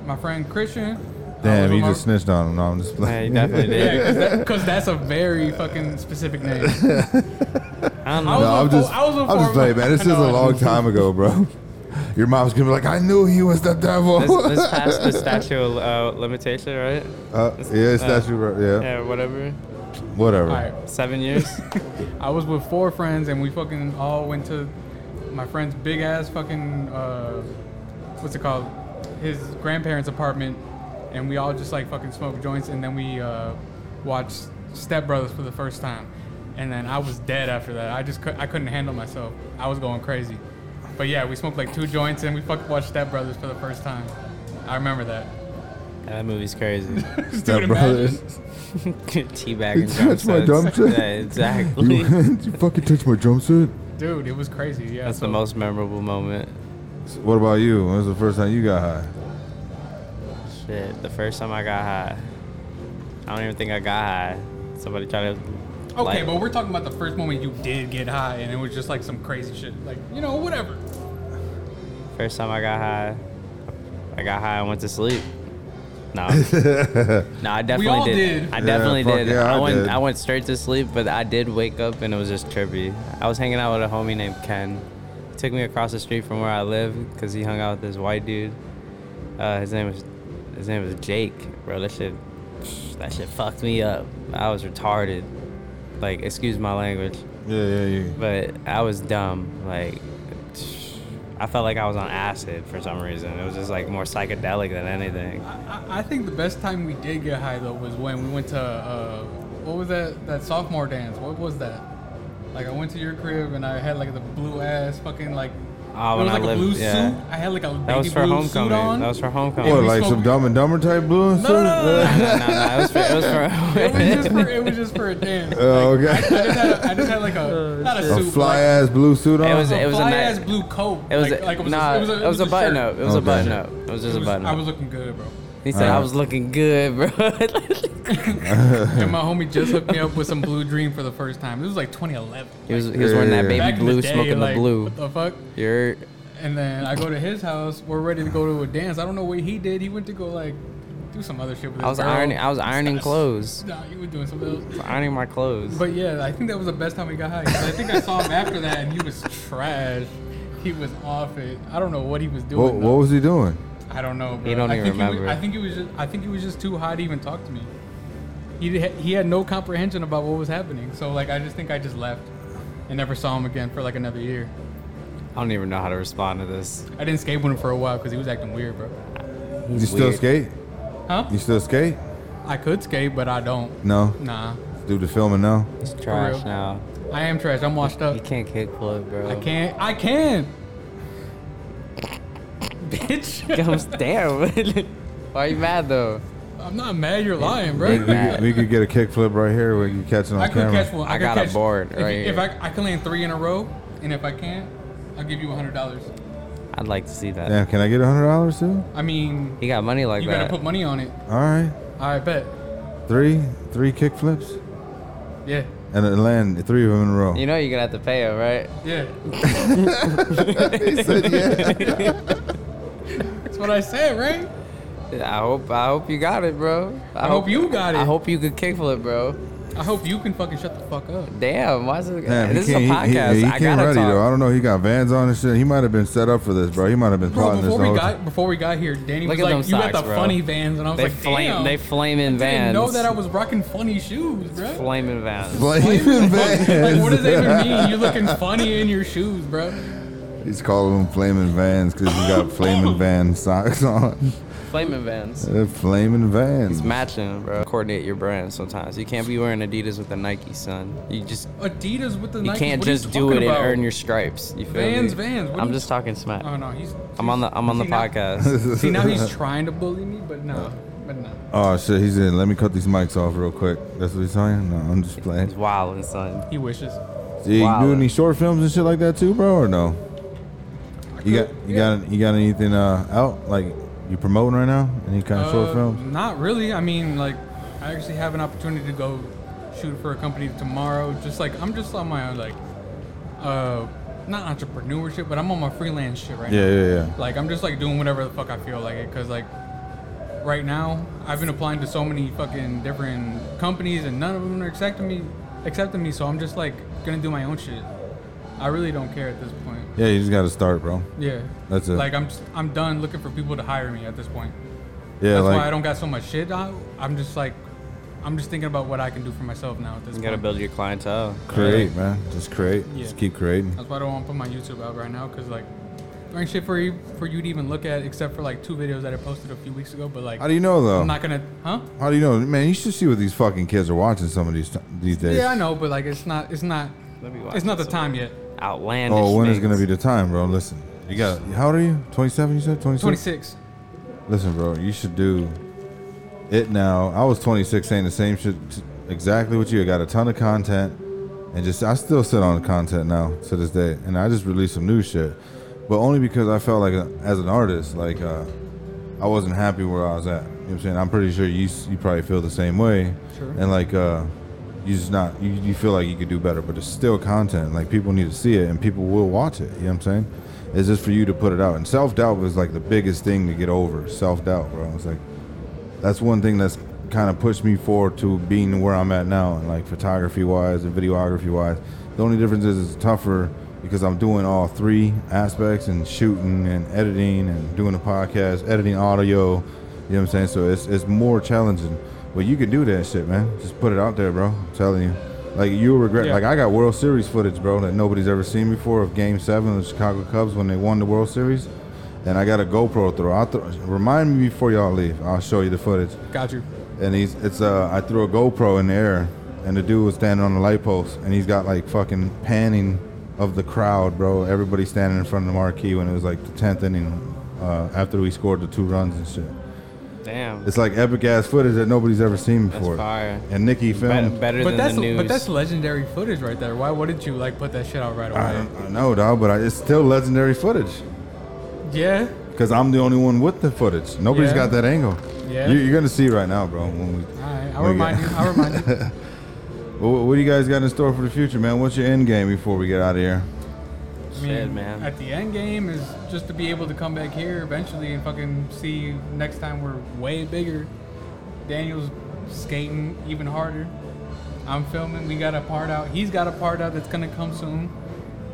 S3: my friend Christian. I
S1: Damn,
S3: was with
S1: you
S3: my-
S1: just snitched on him. No, I'm just
S2: Yeah, you
S1: playing.
S2: definitely did.
S3: Yeah, because that's a very fucking specific
S2: I
S3: name.
S2: don't
S3: I
S2: know.
S1: No, I'm
S3: was with
S1: just,
S3: four- I was with
S1: I'm just
S3: four-
S1: playing, man. This
S3: I
S1: is
S3: know,
S1: a
S3: I
S1: long
S3: know.
S1: time ago, bro. Your mom's gonna be like, I knew he was the devil.
S2: This, this past the statute of uh, limitation, right?
S1: uh, yeah, it's
S2: uh,
S1: that's your, yeah,
S2: Yeah, whatever.
S1: whatever.
S3: All right,
S2: Seven years.
S3: I was with four friends, and we fucking all went to my friend's big ass fucking uh, what's it called? His grandparents' apartment, and we all just like fucking smoked joints, and then we uh, watched Step Brothers for the first time, and then I was dead after that. I just cou- I couldn't handle myself. I was going crazy. But yeah, we smoked like two joints, and we fucking watched Step Brothers for the first time. I remember that.
S2: Yeah, that movie's crazy.
S1: Step
S3: Dude,
S1: brothers.
S2: Teabag
S1: You
S2: and drum
S1: touched my
S2: sets.
S1: drum set.
S2: Yeah, exactly.
S1: You, you fucking touched my drum set.
S3: Dude, it was crazy. Yeah,
S2: That's the
S3: so-
S2: most memorable moment.
S1: What about you? When was the first time you got high?
S2: Shit, the first time I got high, I don't even think I got high. Somebody tried to.
S3: Okay,
S2: like,
S3: but we're talking about the first moment you did get high, and it was just like some crazy shit, like you know, whatever.
S2: First time I got high, I got high and went to sleep. No, no, I definitely
S3: all
S2: did.
S3: did.
S2: I
S1: Yeah,
S2: definitely
S1: fuck
S2: did.
S1: yeah, I
S2: I, went,
S1: did.
S2: I went straight to sleep, but I did wake up and it was just trippy. I was hanging out with a homie named Ken. He took me across the street from where I live because he hung out with this white dude. Uh, his name was, his name was Jake, bro. That shit, that shit fucked me up. I was retarded. Like, excuse my language
S1: Yeah, yeah, yeah.
S2: but I was dumb. Like, I felt like I was on acid for some reason. It was just like more psychedelic than anything.
S3: I- I, I think the best time we did get high though was when we went to uh, what was that that sophomore dance? What was that? Like I went to your crib and I had like the blue ass fucking like
S2: Oh,
S3: it
S2: when
S3: was
S2: I
S3: like a
S2: lived-
S3: blue
S2: yeah.
S3: suit. I had like a
S2: That
S3: baby
S2: was for
S3: blue suit
S2: homecoming.
S3: on.
S2: That was for
S3: And
S1: What,
S2: homecoming.
S3: we
S1: like
S3: smoked-
S1: some Dumb and Dumber type blue?
S3: no, no, no, no,
S2: no, no, it was for. It was
S3: it was just
S2: for
S3: for it was just for a dance.
S1: Oh,
S3: Like,
S1: okay.
S3: I, I just had a, I just had like a not a
S1: A
S3: suit,
S1: fly
S3: but
S1: ass blue suit on?
S2: It was-
S3: like, a fly
S2: ni-
S3: ass blue coat.
S2: it was
S3: like, like
S2: a- nah. It was a button
S3: shirt.
S2: up. It was a
S1: Okay.
S2: button up. It was just
S3: It
S2: a
S3: was-
S2: button
S3: I was
S2: up.
S3: looking good, bro.
S2: He said I
S1: Alright.
S2: was looking good, bro.
S3: And my homie just hooked me up with some Blue Dream for the first time. It was like 2011.
S2: He was he was wearing
S1: Yeah.
S2: that baby
S3: Back in
S2: blue,
S3: the day,
S2: smoking
S3: like,
S2: the blue.
S3: What the fuck?
S2: You're
S3: And then I go to his house. We're ready to go to a dance. I don't know what he did. He went to go like do some other shit with his
S2: I was
S3: girl.
S2: ironing. I was ironing clothes.
S3: Nah, he was doing something else.
S2: Ironing my clothes.
S3: But yeah, I think that was the best time we got high. 'Cause I think I saw him after that, and he was trash. He was off it. I don't know what he was doing.
S1: What, what
S3: though.
S1: was he doing?
S3: I don't know. Bro.
S6: He don't
S3: I
S6: even
S3: think was-
S6: remember.
S3: I think he was. Just, I think he was just too high to even talk to me. He did, he had no comprehension about what was happening. So like, I just think I just left and never saw him again for like another year.
S6: I don't even know how to respond to this.
S3: I didn't skate with him for a while because he was acting weird, bro.
S1: you still
S6: weird.
S1: skate?
S3: Huh?
S1: You still skate?
S3: I could skate, but I don't.
S1: No.
S3: Nah,
S1: Do the filming now?
S6: It's trash
S3: real.
S6: now.
S3: I am trash. I'm washed
S6: You
S3: up.
S6: can't kickflip, bro.
S3: I can't. I can. Bitch.
S6: Goes down. Why are you mad though?
S3: I'm not mad. You're lying,
S1: We, we
S3: bro.
S1: could- we could get a kickflip right here where you catch it on
S3: I could
S1: camera.
S3: catch one. I,
S6: I
S3: could
S6: got a
S3: catch,
S6: board
S3: if,
S6: right
S3: If
S6: here.
S3: I, I can land three in a row, and if I can't, I'll give you hundred dollars.
S6: I'd like to see that.
S1: Yeah, can I get a hundred dollars too?
S3: I mean,
S6: He got money like
S3: you
S6: that.
S3: gotta put money on it.
S1: All right,
S3: I bet.
S1: three, three kickflips,
S3: Yeah.
S1: and it land three of them in a row.
S6: you know you're gonna have to pay him, right?
S3: Yeah.
S1: He said, yeah.
S3: That's what I said, right?
S6: I hope I hope you got it, bro. I,
S3: hope you got
S6: I
S3: it.
S6: hope you could kickflip, bro.
S3: I hope you can fucking shut the fuck up.
S6: Damn, why is it?
S1: Damn, he
S6: this is a
S1: came- he- he-
S6: podcast.
S1: He,
S6: I
S1: came
S6: gotta
S1: ready
S6: talk.
S1: though. I don't know. He got vans on and shit. He might have been set up for this, bro. He might have been plotting
S3: Bro,
S1: this.
S3: before
S1: the
S3: we
S1: whole
S3: got before we got here, Danny
S6: Look
S3: was
S6: at
S3: like,
S6: them
S3: "You
S6: socks,
S3: got the
S6: bro.
S3: funny vans," and I was
S6: They
S3: like,
S6: flame.
S3: "Damn."
S6: They flame in
S3: I didn't
S6: vans.
S3: know that I was rocking funny shoes, bro.
S6: flaming vans.
S1: time. Blaming
S3: Flaming vans.
S1: vans.
S3: Like, what does that even mean? You're looking funny in your shoes, bro.
S1: He's calling them flaming vans because he got flaming van socks on.
S6: flaming vans.
S1: They're flaming vans.
S6: It's matching, bro. Coordinate your brand sometimes. You can't be wearing Adidas with a Nike, son. You just
S3: Adidas with the
S6: you
S3: Nikes.
S6: can't
S3: what are you
S6: just do it
S3: talking
S6: and
S3: about?
S6: earn your stripes. You feel
S3: Vans,
S6: me?
S3: Vans, what are
S6: I'm
S3: you-
S6: just talking smack.
S3: Oh no, he's.
S6: I'm on the I'm on the
S3: See, now-
S6: podcast.
S3: See now he's trying to bully me, but no, but no.
S1: oh shit, he's in. Let me cut these mics off real quick. That's what he's saying. No, I'm just
S6: It's
S1: playing.
S6: wild, son.
S3: He wishes.
S1: Do you
S6: wild.
S1: do any short films and shit like that too, bro, or no? You got you got you got anything uh, out like you promoting right now? Any kind of short
S3: Uh,
S1: films?
S3: Not really. I mean, like, I actually have an opportunity to go shoot for a company tomorrow. Just like I'm just on my like, uh, not entrepreneurship, but I'm on my freelance shit right
S1: Yeah,
S3: now.
S1: yeah, yeah.
S3: Like I'm just like doing whatever the fuck I feel like it, cause like right now I've been applying to so many fucking different companies and none of them are accepting me, accepting me. So I'm just like gonna do my own shit. I really don't care at this point.
S1: Yeah, you just got to start, bro.
S3: Yeah.
S1: That's it.
S3: Like I'm just, I'm done looking for people to hire me at this point.
S1: Yeah,
S3: That's
S1: like
S3: why I don't got so much shit. I, I'm just like, I'm just thinking about what I can do for myself now at this
S6: You
S3: point.
S6: gotta build your clientele.
S1: create, man. Just create.
S3: Yeah.
S1: Just keep creating.
S3: That's why I don't want to put my YouTube out right now because like, there ain't shit for you for you to even look at except for like two videos that I posted a few weeks ago. But like,
S1: How do you know though?
S3: I'm not gonna, huh?
S1: How do you know, man? You should see what these fucking kids are watching some of these t- these days.
S3: Yeah, I know, but like, it's not, it's not,
S6: Let me watch
S3: it's not the
S6: this
S3: time yet.
S6: Outlandish.
S1: Oh, when is
S6: things.
S1: gonna be the time, bro? Listen, you got. How old are you? Twenty seven. You said twenty six.
S3: 26.
S1: Listen, bro, you should do it now. I was twenty six, saying the same shit t- exactly what you. I got a ton of content, and just I still sit on the content now to this day, and I just released some new shit, but only because I felt like uh, as an artist, like uh, I wasn't happy where I was at. You know what I'm saying? I'm pretty sure you s- you probably feel the same way.
S3: Sure.
S1: And like uh you just not you, you feel like you could do better, but it's still content. Like people need to see it and people will watch it. You know what I'm saying? It's just for you to put it out. And self doubt was like the biggest thing to get over. Self doubt, bro. It's like that's one thing that's kind of pushed me forward to being where I'm at now, and like photography wise and videography wise. The only difference is it's tougher because I'm doing all three aspects and shooting and editing and doing the podcast, editing audio. You know what I'm saying? So it's it's more challenging, but you can do that shit, man. Just put it out there, bro. I'm telling you. Like you'll regret.
S3: Yeah.
S1: Like I got World Series footage, bro, that nobody's ever seen before of Game Seven of the Chicago Cubs when they won the World Series, and I got a GoPro throw. I'll throw remind me before y'all leave. I'll show you the footage
S3: Got you.
S1: and he's it's uh I threw a GoPro in the air and the dude was standing on the light post and he's got like fucking panning of the crowd, bro. Everybody standing in front of the marquee when it was like the tenth inning uh, after we scored the two runs and shit.
S6: Damn.
S1: It's like epic ass footage that nobody's ever seen
S6: That's
S1: before.
S6: fire.
S1: And Nikki
S6: Better,
S1: filmed.
S6: better
S3: But
S6: than
S3: that's,
S6: the news.
S3: but that's legendary footage right there. Why wouldn't you like put that shit out right
S1: I,
S3: away?
S1: don't- I know, dog, but I, it's still legendary footage
S3: yeah.
S1: because I'm the only one with the footage. Nobody's
S3: Yeah.
S1: got that angle.
S3: Yeah.
S1: You, you're gonna see right now, bro. When we,
S3: All right.
S1: when
S3: I'll
S1: we
S3: remind you.
S1: get-
S3: I'll remind you.
S1: What, what do you guys got in store for the future, man? What's your end game before we get out of here?
S3: I mean,
S6: Shit, man.
S3: At the end game is just to be able to come back here eventually and fucking see next time we're way bigger. Daniel's skating even harder. I'm filming. We got a part out. He's got a part out that's gonna come soon.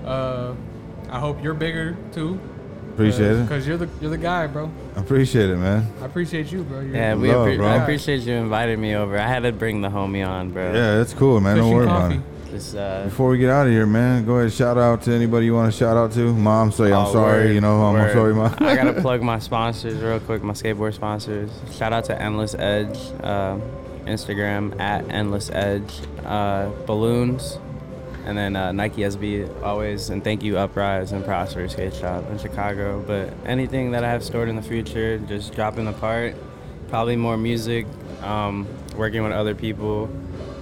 S3: Uh, I hope you're bigger too.
S1: Appreciate it.
S3: Cause you're the you're the guy, bro.
S1: Appreciate it, man.
S3: I appreciate you, bro. You're
S2: Yeah, we
S1: Love,
S2: appre-
S1: bro.
S2: I appreciate you inviting me over. I had to bring the homie on, bro.
S1: Yeah, it's cool, man. Don't
S3: Christian
S1: worry
S3: coffee.
S1: about it.
S2: Just, uh,
S1: Before we get out of here, man, go ahead and shout out to anybody you want to shout out to. Mom, say I'm
S2: oh,
S1: sorry.
S2: word,
S1: you know, I'm, I'm
S2: word.
S1: sorry, mom. Oh,
S2: I gotta plug my sponsors real quick. My skateboard sponsors. Shout out to Endless Edge, uh, Instagram at Endless Edge, uh, balloons, and then uh, Nike SB always. And thank you, Uprise and Prosper Skate Shop in Chicago. But anything that I have stored in the future, just dropping the part. Probably more music, um, working with other people,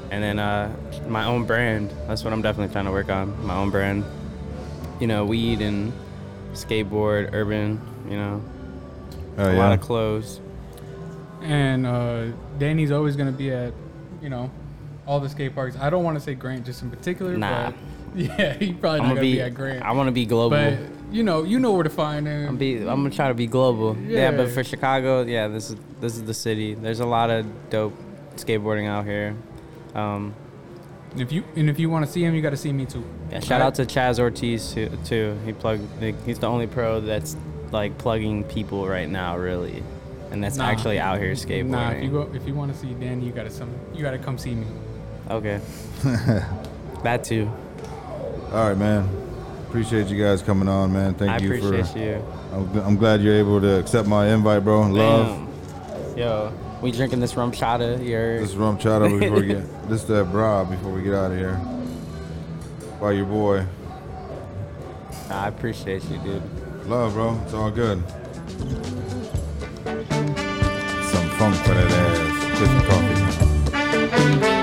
S2: and then uh, my own brand. That's what I'm definitely trying to work on. My own brand. You know, weed and skateboard, urban, you know,
S1: Oh,
S2: a
S1: yeah.
S2: lot of clothes.
S3: And uh, Danny's always gonna be at, you know, all the skate parks. I don't want to say Grant just in particular.
S2: Nah.
S3: But yeah,
S2: I'm
S3: he probably not
S2: gonna
S3: gonna be,
S2: be,
S3: at Grant.
S2: I want to be global.
S3: but you know, you know where to find
S2: I'm
S3: him.
S2: be, I'm gonna try to be global. Yeah.
S3: Yeah.
S2: but for Chicago, yeah, this is this is the city. There's a lot of dope skateboarding out here. Um,
S3: if you and if you want to see him, you got to see me too.
S2: yeah, shout out to Chaz Ortiz too. too. He plugged. He's the only pro that's like plugging people right now, really, and that's
S3: Nah.
S2: actually out here skateboarding.
S3: Nah, if you go, if you want to see Danny, you got to some, you got to come see me.
S2: okay, that too.
S1: All right, man. Appreciate you guys coming on, man. Thank
S2: I
S1: you
S2: appreciate
S1: for.
S2: you.
S1: I'm, I'm glad you're able to accept my invite, bro. Love
S2: Damn. Yo, we drinking this rum chata. You're
S1: this rum chata before we get this that bra before we get out of here. By your boy,
S2: I appreciate you, dude.
S1: love, bro. It's all good. Some funk for that ass. Christian coffee.